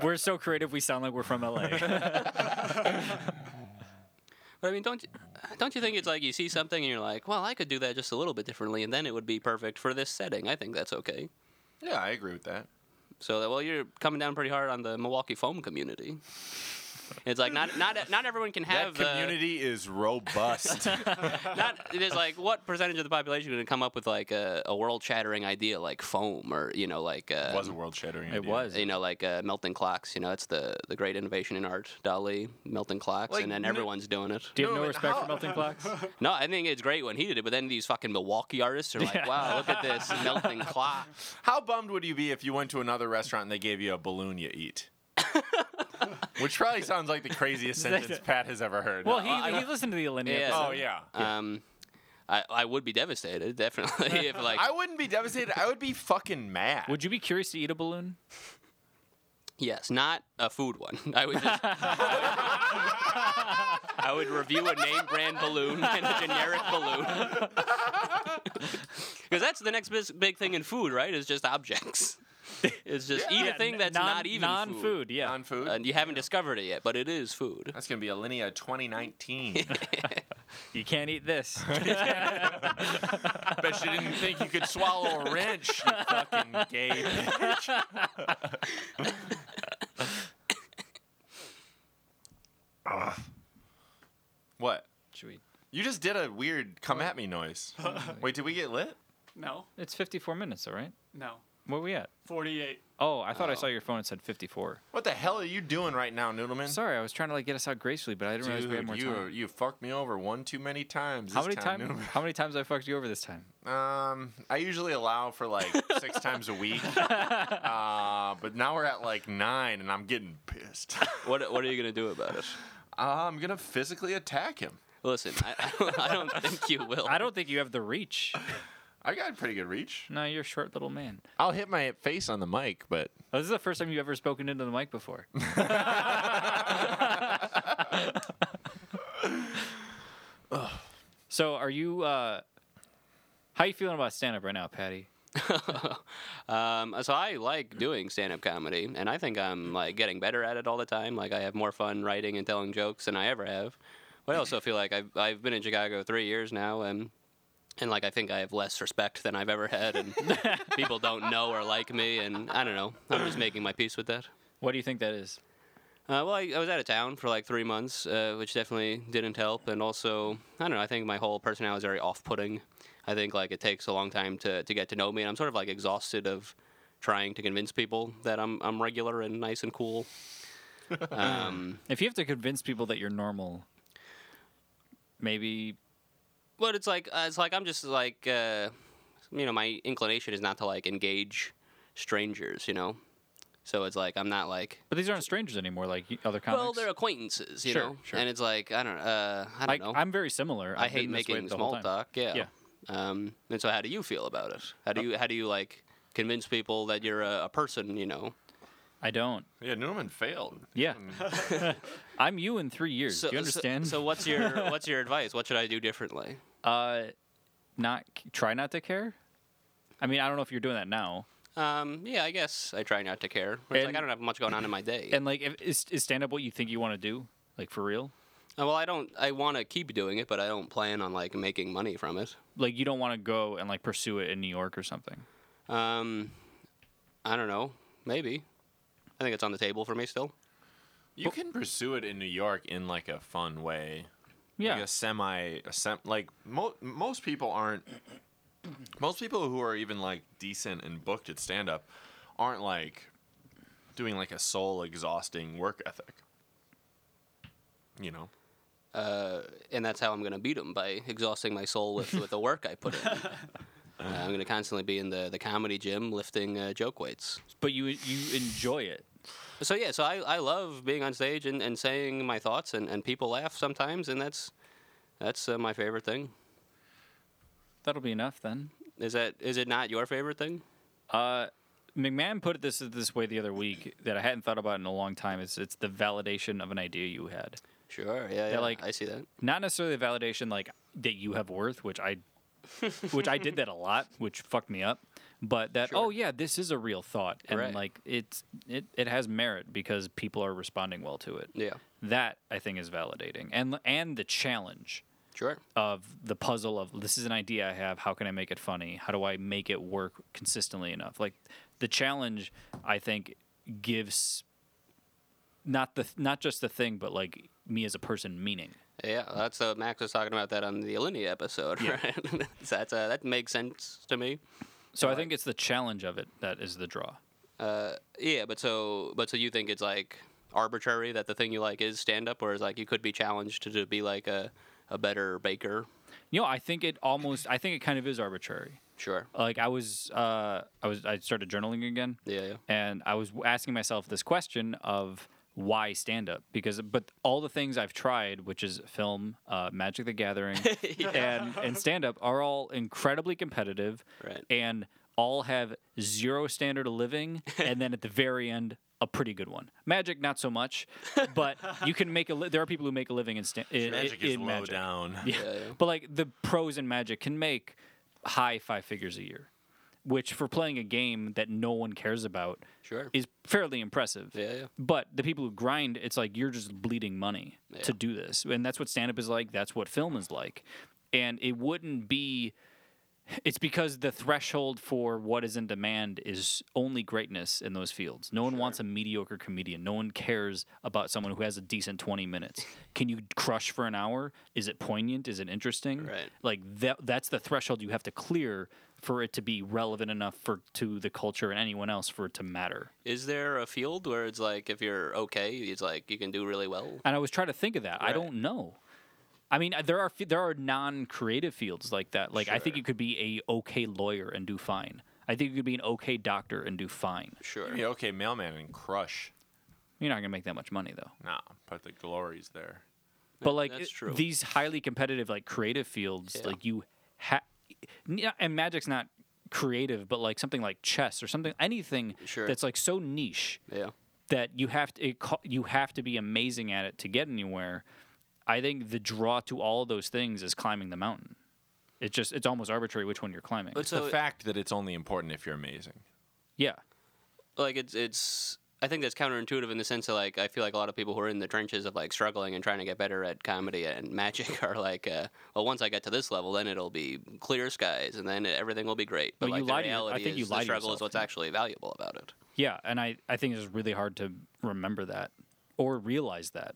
B: We're so creative. We sound like we're from LA.
F: But I mean, don't you- don't you think it's like you see something and you're like, well, I could do that just a little bit differently, and then it would be perfect for this setting. I think that's okay.
D: yeah, I agree with that.
F: So well, you're coming down pretty hard on the Milwaukee foam community. It's like not not not everyone can have
D: that uh,
F: the-
D: community is robust.
F: not it is like what percentage of the population going to come up with like a, a world shattering idea like foam or you know like uh,
D: was a world shattering.
B: it was.
F: you know like uh, melting clocks. You know, it's the the great innovation in art, Dali, melting clocks,
D: Like,
F: and then
D: no-
F: everyone's doing it.
B: Do you have
D: No,
B: no,
D: but
B: respect
D: how-
B: for melting clocks?
F: No, I think it's great when he did it, but then these fucking Milwaukee artists are like, wow, look at this melting clock.
D: How bummed would you be if you went to another restaurant and they gave you a balloon you eat? Which probably sounds like the craziest sentence Pat has ever heard.
B: Well, he, he listened to the Alinea.
F: Yeah.
B: episode.
D: oh yeah.
F: Um, I, I would be devastated, definitely. If like,
D: I wouldn't be devastated. I would be fucking mad.
B: Would you be curious to eat a balloon?
F: yes, not a food one. I would just. I would review a name brand balloon and a generic balloon. Because that's the next bis- big thing in food, right? Is just objects. It's just eat a thing that's
B: non,
F: not even
B: non-food.
F: food.
B: Yeah.
D: on food?
F: And you haven't discovered it yet, but it is food.
D: That's gonna be a linea 2019.
B: you can't eat this.
D: Bet you didn't think you could swallow a wrench, you fucking gay bitch. You just did a weird come at me noise. Wait, did we get lit?
C: No,
B: It's 54 minutes, all right?
C: no.
B: Where we at?
C: 48.
B: Oh, I thought I saw your phone. It said 54.
D: What the hell are you doing right now, Noodleman?
B: Sorry, I was trying to like get us out gracefully, but I didn't realize we had
D: Dude,
B: more
D: you
B: time.
D: you fucked me over one too many times.
B: How
D: this
B: many
D: time,
B: times? How many times I fucked you over this time?
D: Noodleman. Um, I usually allow for like six times a week, uh, but now we're at like nine, and I'm getting pissed. Uh,
F: What What are you gonna do about it?
D: I'm gonna physically attack him.
F: Listen, I, I, don't, I don't think you will.
B: I don't think you have the reach.
D: I got pretty good reach.
B: No, you're a short little man.
D: I'll hit my face on the mic, but
B: Oh, this is the first time you've ever spoken into the mic before. so, are you? Uh, how you feeling about stand up right now, Patty?
F: Um, so I like doing stand-up comedy, and I think I'm like getting better at it all the time. Like I have more fun writing and telling jokes than I ever have. But I also feel like I've I've been in Chicago three years now, and and like I think I have less respect than I've ever had, and people don't know or like me, and I don't know. I'm just making my peace with that.
B: What do you think that is?
F: Uh, well, I, I was out of town for like three months, uh, which definitely didn't help. And also, I don't know, I think my whole personality is very off putting. I think like it takes a long time to, to get to know me, and I'm sort of like exhausted of trying to convince people that I'm, I'm regular and nice and cool. Um,
B: If you have to convince people that you're normal, maybe
F: but it's like uh, it's like I'm just like uh, you know my inclination is not to like engage strangers, you know. So it's like I'm not like
B: But these aren't strangers anymore, like y- other comics.
F: well, they're acquaintances, you
B: Sure,
F: know.
B: sure.
F: And it's like I don't uh, I don't
B: like,
F: know.
B: I'm very similar.
F: I
B: I've
F: hate
B: been this way
F: making
B: the whole
F: small
B: time.
F: talk. Yeah.
B: Yeah. Uh,
F: Um, and so, how do you feel about it? How do you how do you like convince people that you're a, a person? You know.
B: I don't.
D: yeah, Noodleman failed.
B: Yeah. I'm you in three years.
F: Hmm. So,
B: do you understand?
F: So, so what's your what's your advice? What should I do differently?
B: uh, not c- try not to care. I mean, I don't know if you're doing that now.
F: Um, yeah, I guess I try not to care. It's like
B: And-
F: I don't have much going on in my day.
B: And like, if, is is stand up what you think you want to do? Like for real?
F: Uh, well, I don't. I want to keep doing it, but I don't plan on like making money from it.
B: Like you don't want to go and like pursue it in New York or something.
F: Um, I don't know. Maybe. I think it's on the table for me still.
D: You can pursue it in New York in like a fun way.
B: Yeah.
D: Like a semi, a sem- like mo- most people aren't. Most people who are even like decent and booked at stand up aren't like doing like a soul exhausting work ethic. You know?
F: and that's how I'm gonna beat them by exhausting my soul with, with the work I put in. Uh, I'm gonna constantly be in the, the comedy gym lifting uh, joke weights.
B: But you you enjoy it.
F: So yeah, so I, I love being on stage and, and saying my thoughts and, and people laugh sometimes and that's that's uh, my favorite thing.
B: That'll be enough then.
F: Is that is it not your favorite thing?
B: McMahon put it this this way the other week that I hadn't thought about in a long time. Is it's the validation of an idea you had.
F: Sure, yeah, yeah.
B: like-
F: I see that.
B: not necessarily the validation like that you have worth, which I which I did that a lot, which fucked me up. But that oh yeah, this is a real thought, and
F: Right.
B: like it's it it has merit because people are responding well to it.
F: Yeah.
B: That I think is validating, and and the challenge
F: Sure.
B: of the puzzle of this is an idea I have. How can I make it funny? How do I make it work consistently enough? Like the challenge, I think gives not the not just the thing, but like me as a person meaning.
F: Yeah, that's uh, Max was talking about that on the Alinea episode, right? so that's uh, that makes sense to me.
B: So I think it's the challenge of it that is the draw.
F: Yeah, but so but so you think it's like arbitrary that the thing you like is stand up, whereas like you could be challenged to, to be like a, a better baker.
B: You know, I think it almost I think it kind of is arbitrary.
F: Sure.
B: Like I was uh I was I started journaling again.
F: Yeah, yeah.
B: And I was w- asking myself this question of why stand up because but all the things I've tried, which is film, uh, Magic the Gathering, and and stand up are all incredibly competitive
F: Right.
B: and all have zero standard of living and then at the very end a pretty good one. Magic not so much, but you can make a li- there are people who make a living in sta- in,
D: Magic
B: in,
D: is low
B: magic.
D: down.
B: Yeah. But like the pros in Magic can make high five figures a year, which for playing a game that no one cares about
F: Sure.
B: is fairly impressive.
F: Yeah, yeah.
B: But the people who grind, it's like you're just bleeding money to do this. And that's what stand up is like, that's what film is like. And it wouldn't be It's because the threshold for what is in demand is only greatness in those fields. No one wants a mediocre comedian. No one cares about someone who has a decent 20 minutes. Can you crush for an hour? Is it poignant? Is it interesting?
F: Right.
B: Like that that's the threshold you have to clear for it to be relevant enough for to the culture and anyone else for it to matter.
F: Is there a field where it's like if you're okay, it's like you can do really well?
B: And I was trying to think of that. I
F: Right.
B: don't know. I mean, there are fe- there are non-creative fields like that. Like I think
F: Sure.
B: you could be a okay lawyer and do fine. I think you could be an okay doctor and do fine.
F: Sure.
D: Yeah, okay, mailman and crush.
B: You're not gonna make that much money though.
D: Nah, but the glory's there.
B: But like
F: that's
B: it-
F: true.
B: these highly competitive like creative fields,
F: Yeah.
B: like you ha- yeah, and magic's not creative, but like something like chess or something, anything
F: Sure.
B: that's like so niche
F: Yeah.
B: that you have to it, co- you have to be amazing at it to get anywhere. I think the draw to all of those things is climbing the mountain. It's just it's almost arbitrary which one you're climbing.
F: But
D: It's
F: So-
D: the fact that it's only important if you're amazing.
B: yeah,
F: Like it's it's. I think that's counterintuitive in the sense of like I feel like a lot of people who are in the trenches of like struggling and trying to get better at comedy and magic are like, uh, well, once I get to this level, then it'll be clear skies and then everything will be great. But
B: Well, you
F: like the
B: lie to your- I
F: reality
B: think
F: is
B: you lie
F: the
B: to
F: struggle is
B: yourself,
F: what's
B: yeah.
F: actually valuable about it.
B: yeah, and I I think it's really hard to remember that or realize that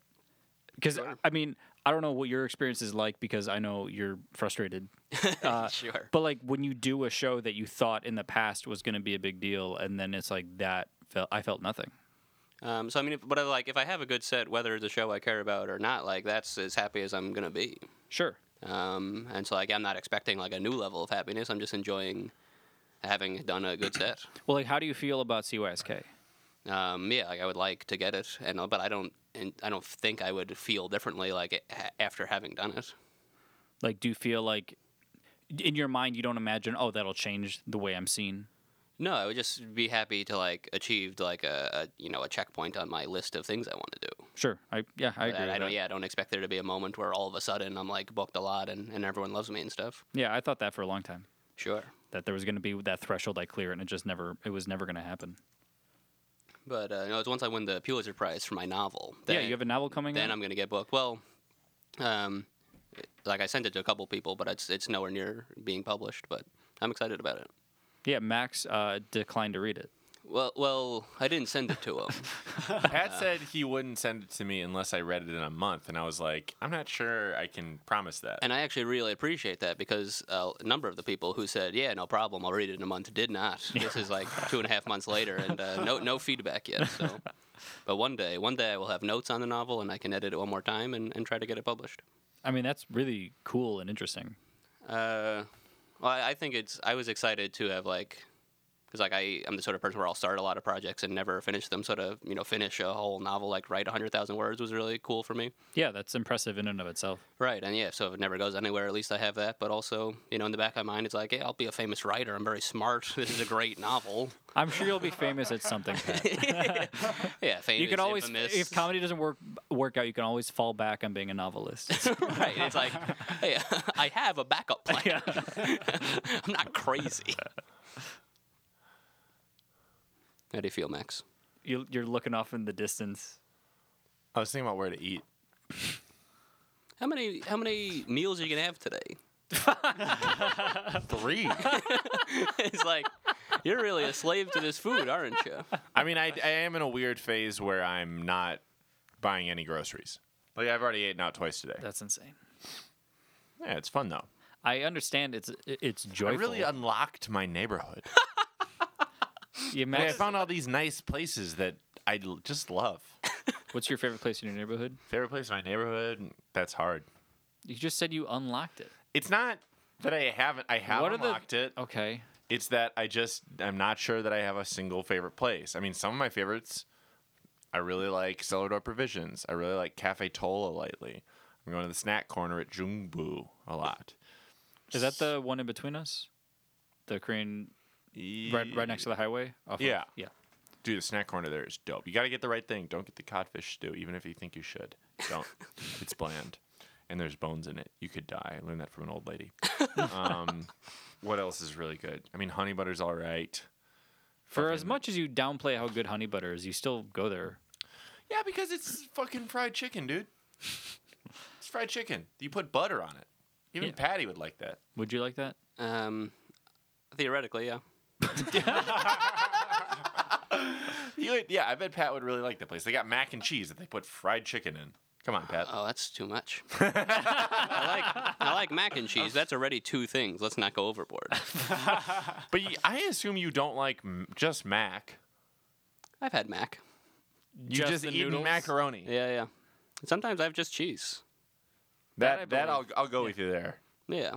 B: because I mean I don't know what your experience is like because I know you're frustrated Uh,
F: sure.
B: But like when you do a show that you thought in the past was going to be a big deal, and then it's like that felt I felt nothing.
F: Um, so I mean, if, but I, like if I have a good set, whether it's a show I care about or not, like that's as happy as I'm gonna be.
B: Sure.
F: Um, and so like I'm not expecting like a new level of happiness. I'm just enjoying having done a good set.
B: Well, like how do you feel about CYSK?
F: Um, yeah, like I would like to get it, and but I don't, and I don't think I would feel differently like a- after having done it.
B: Like, do you feel like in your mind you don't imagine oh that'll change the way I'm seen?
F: No, I would just be happy to like achieved like a, a you know a checkpoint on my list of things I want to do.
B: Sure. I yeah I agree.
F: And
B: with
F: I don't,
B: that.
F: yeah, I don't expect there to be a moment where all of a sudden I'm like booked a lot and, and everyone loves me and stuff.
B: Yeah, I thought that for a long time
F: Sure.
B: that there was going to be that threshold I clear, and it just never it was never going to happen.
F: But uh, no, it's once I win the Pulitzer Prize for my novel.
B: yeah, you have a novel coming.
F: Then
B: out?
F: I'm gonna get booked. Well, um, like I sent it to a couple people, but it's it's nowhere near being published. But I'm excited about it.
B: yeah. Max uh, declined to read it.
F: Well, well, I didn't send it to him.
D: Pat said he wouldn't send it to me unless I read it in a month, and I was like, I'm not sure I can promise that.
F: and I actually really appreciate that because uh, a number of the people who said, "Yeah, no problem, I'll read it in a month," did not. This is like two and a half months later, and uh, no no feedback yet. So, but one day, one day I will have notes on the novel, and I can edit it one more time and, and try to get it published.
B: I mean, that's really cool and interesting.
F: Uh, well, I I think it's. I was excited to have like, because like I, I'm the sort of person where I'll start a lot of projects and never finish them. So to you know finish a whole novel, like write hundred thousand words, was really cool for me.
B: Yeah, that's impressive in and of itself.
F: Right, and yeah, so if it never goes anywhere, at least I have that. But also, you know, in the back of my mind, it's like, yeah, I'll be a famous writer. I'm very smart. This is a great novel.
B: I'm sure you'll be famous at something. Pat.
F: Yeah, famous.
B: you can always
F: infamous.
B: if comedy doesn't work work out you can always fall back on being a novelist
F: right. It's like, hey, I have a backup plan. I'm not crazy. How do you feel, Max?
B: you, you're looking off in the distance
D: I was thinking about where to eat.
F: How many how many meals are you gonna have today?
D: Three.
F: it's like you're really a slave to this food, aren't you?
D: I mean, I, I am in a weird phase where I'm not buying any groceries. Like, I've already eaten out twice today.
B: that's insane
D: Yeah, it's fun, though.
B: i understand it's it's
D: I
B: joyful
D: really unlocked my neighborhood.
B: You
D: I, mean, I
B: imagine-
D: found all these nice places that I l- just love.
B: what's your favorite place in your neighborhood
D: Favorite place in my neighborhood? That's hard.
B: you just said you unlocked it
D: It's not that I haven't. I have
B: What are the-
D: unlocked it.
B: okay
D: It's that I just I'm not sure that I have a single favorite place. I mean, some of my favorites. I really like Cellar Door Provisions. I really like Cafe Tola lately. I'm going to the snack corner at Jungbu a lot.
B: is that the one in between us the korean right, right next to the highway Off of-
D: Yeah.
B: yeah
D: Dude, the snack corner there is dope. You got to get the right thing. Don't get the codfish stew, even if you think you should. Don't. it's bland, and there's bones in it. You could die. I learned that from an old lady. um, what else is really good? I mean, honey butter's all right.
B: for as much as you downplay how good honey butter is you still go there
D: Yeah, because it's fucking fried chicken, dude. It's fried chicken. You put butter on it. Even
B: Yeah.
D: Patty would like that.
B: would you like that
F: Um, theoretically, yeah.
D: You would- yeah, I bet Pat would really like that place. They got mac and cheese that they put fried chicken in. Come on, Pat.
F: Oh, that's too much. I like I like mac and cheese. That's already two things. Let's not go overboard.
D: But you, I assume you don't like m- just mac.
F: I've had mac.
D: You
B: Just
D: just,
B: the
D: eating
B: noodles?
D: macaroni.
F: Yeah, yeah. Sometimes I have just cheese.
B: That I
D: That that I'll
B: believe.
D: I'll go with you there.
F: Yeah.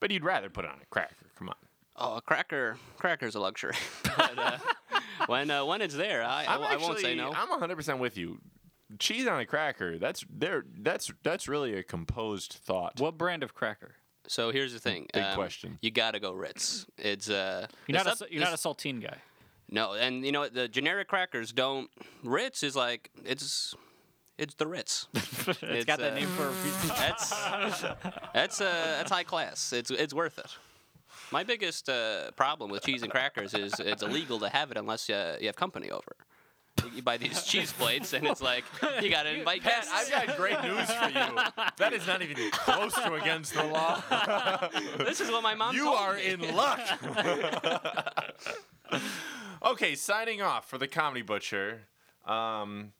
D: But you'd rather put it on a cracker. Come on.
F: Oh, a cracker. Cracker's a luxury. but, uh, when uh, when it's there, I, I,
D: I'm
F: I won't say
D: actually-
F: no.
D: I'm 100 percent with you. Cheese on a cracker. That's there. That's that's really a composed thought.
B: What brand of cracker?
F: So here's the thing. um,
D: Big question.
F: You gotta go Ritz. It's uh.
B: You're
F: the
B: not,
F: sub-
B: a, you're
F: the
B: not a saltine guy.
F: No, and you know what, the generic crackers don't. Ritz is like it's it's the Ritz.
B: it's got that
F: uh,
B: name for a reason.
F: That's that's uh, that's high class. It's it's worth it. My biggest uh, problem with cheese and crackers is it's illegal to have it unless uh, you have company over. You buy these cheese plates, and it's like you gotta invite guests.
D: I've got great news for you. That is not even close to against the law.
F: this is what my mom.
D: You
F: told
D: are
F: me.
D: in luck. okay, signing off for the Comedy Butcher. Um,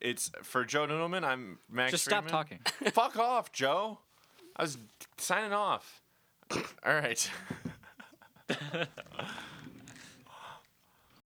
D: it's for Joe Noodleman. I'm Max.
B: Just stop
D: Friedman.
B: talking.
D: Fuck off, Joe. I was signing off. All right.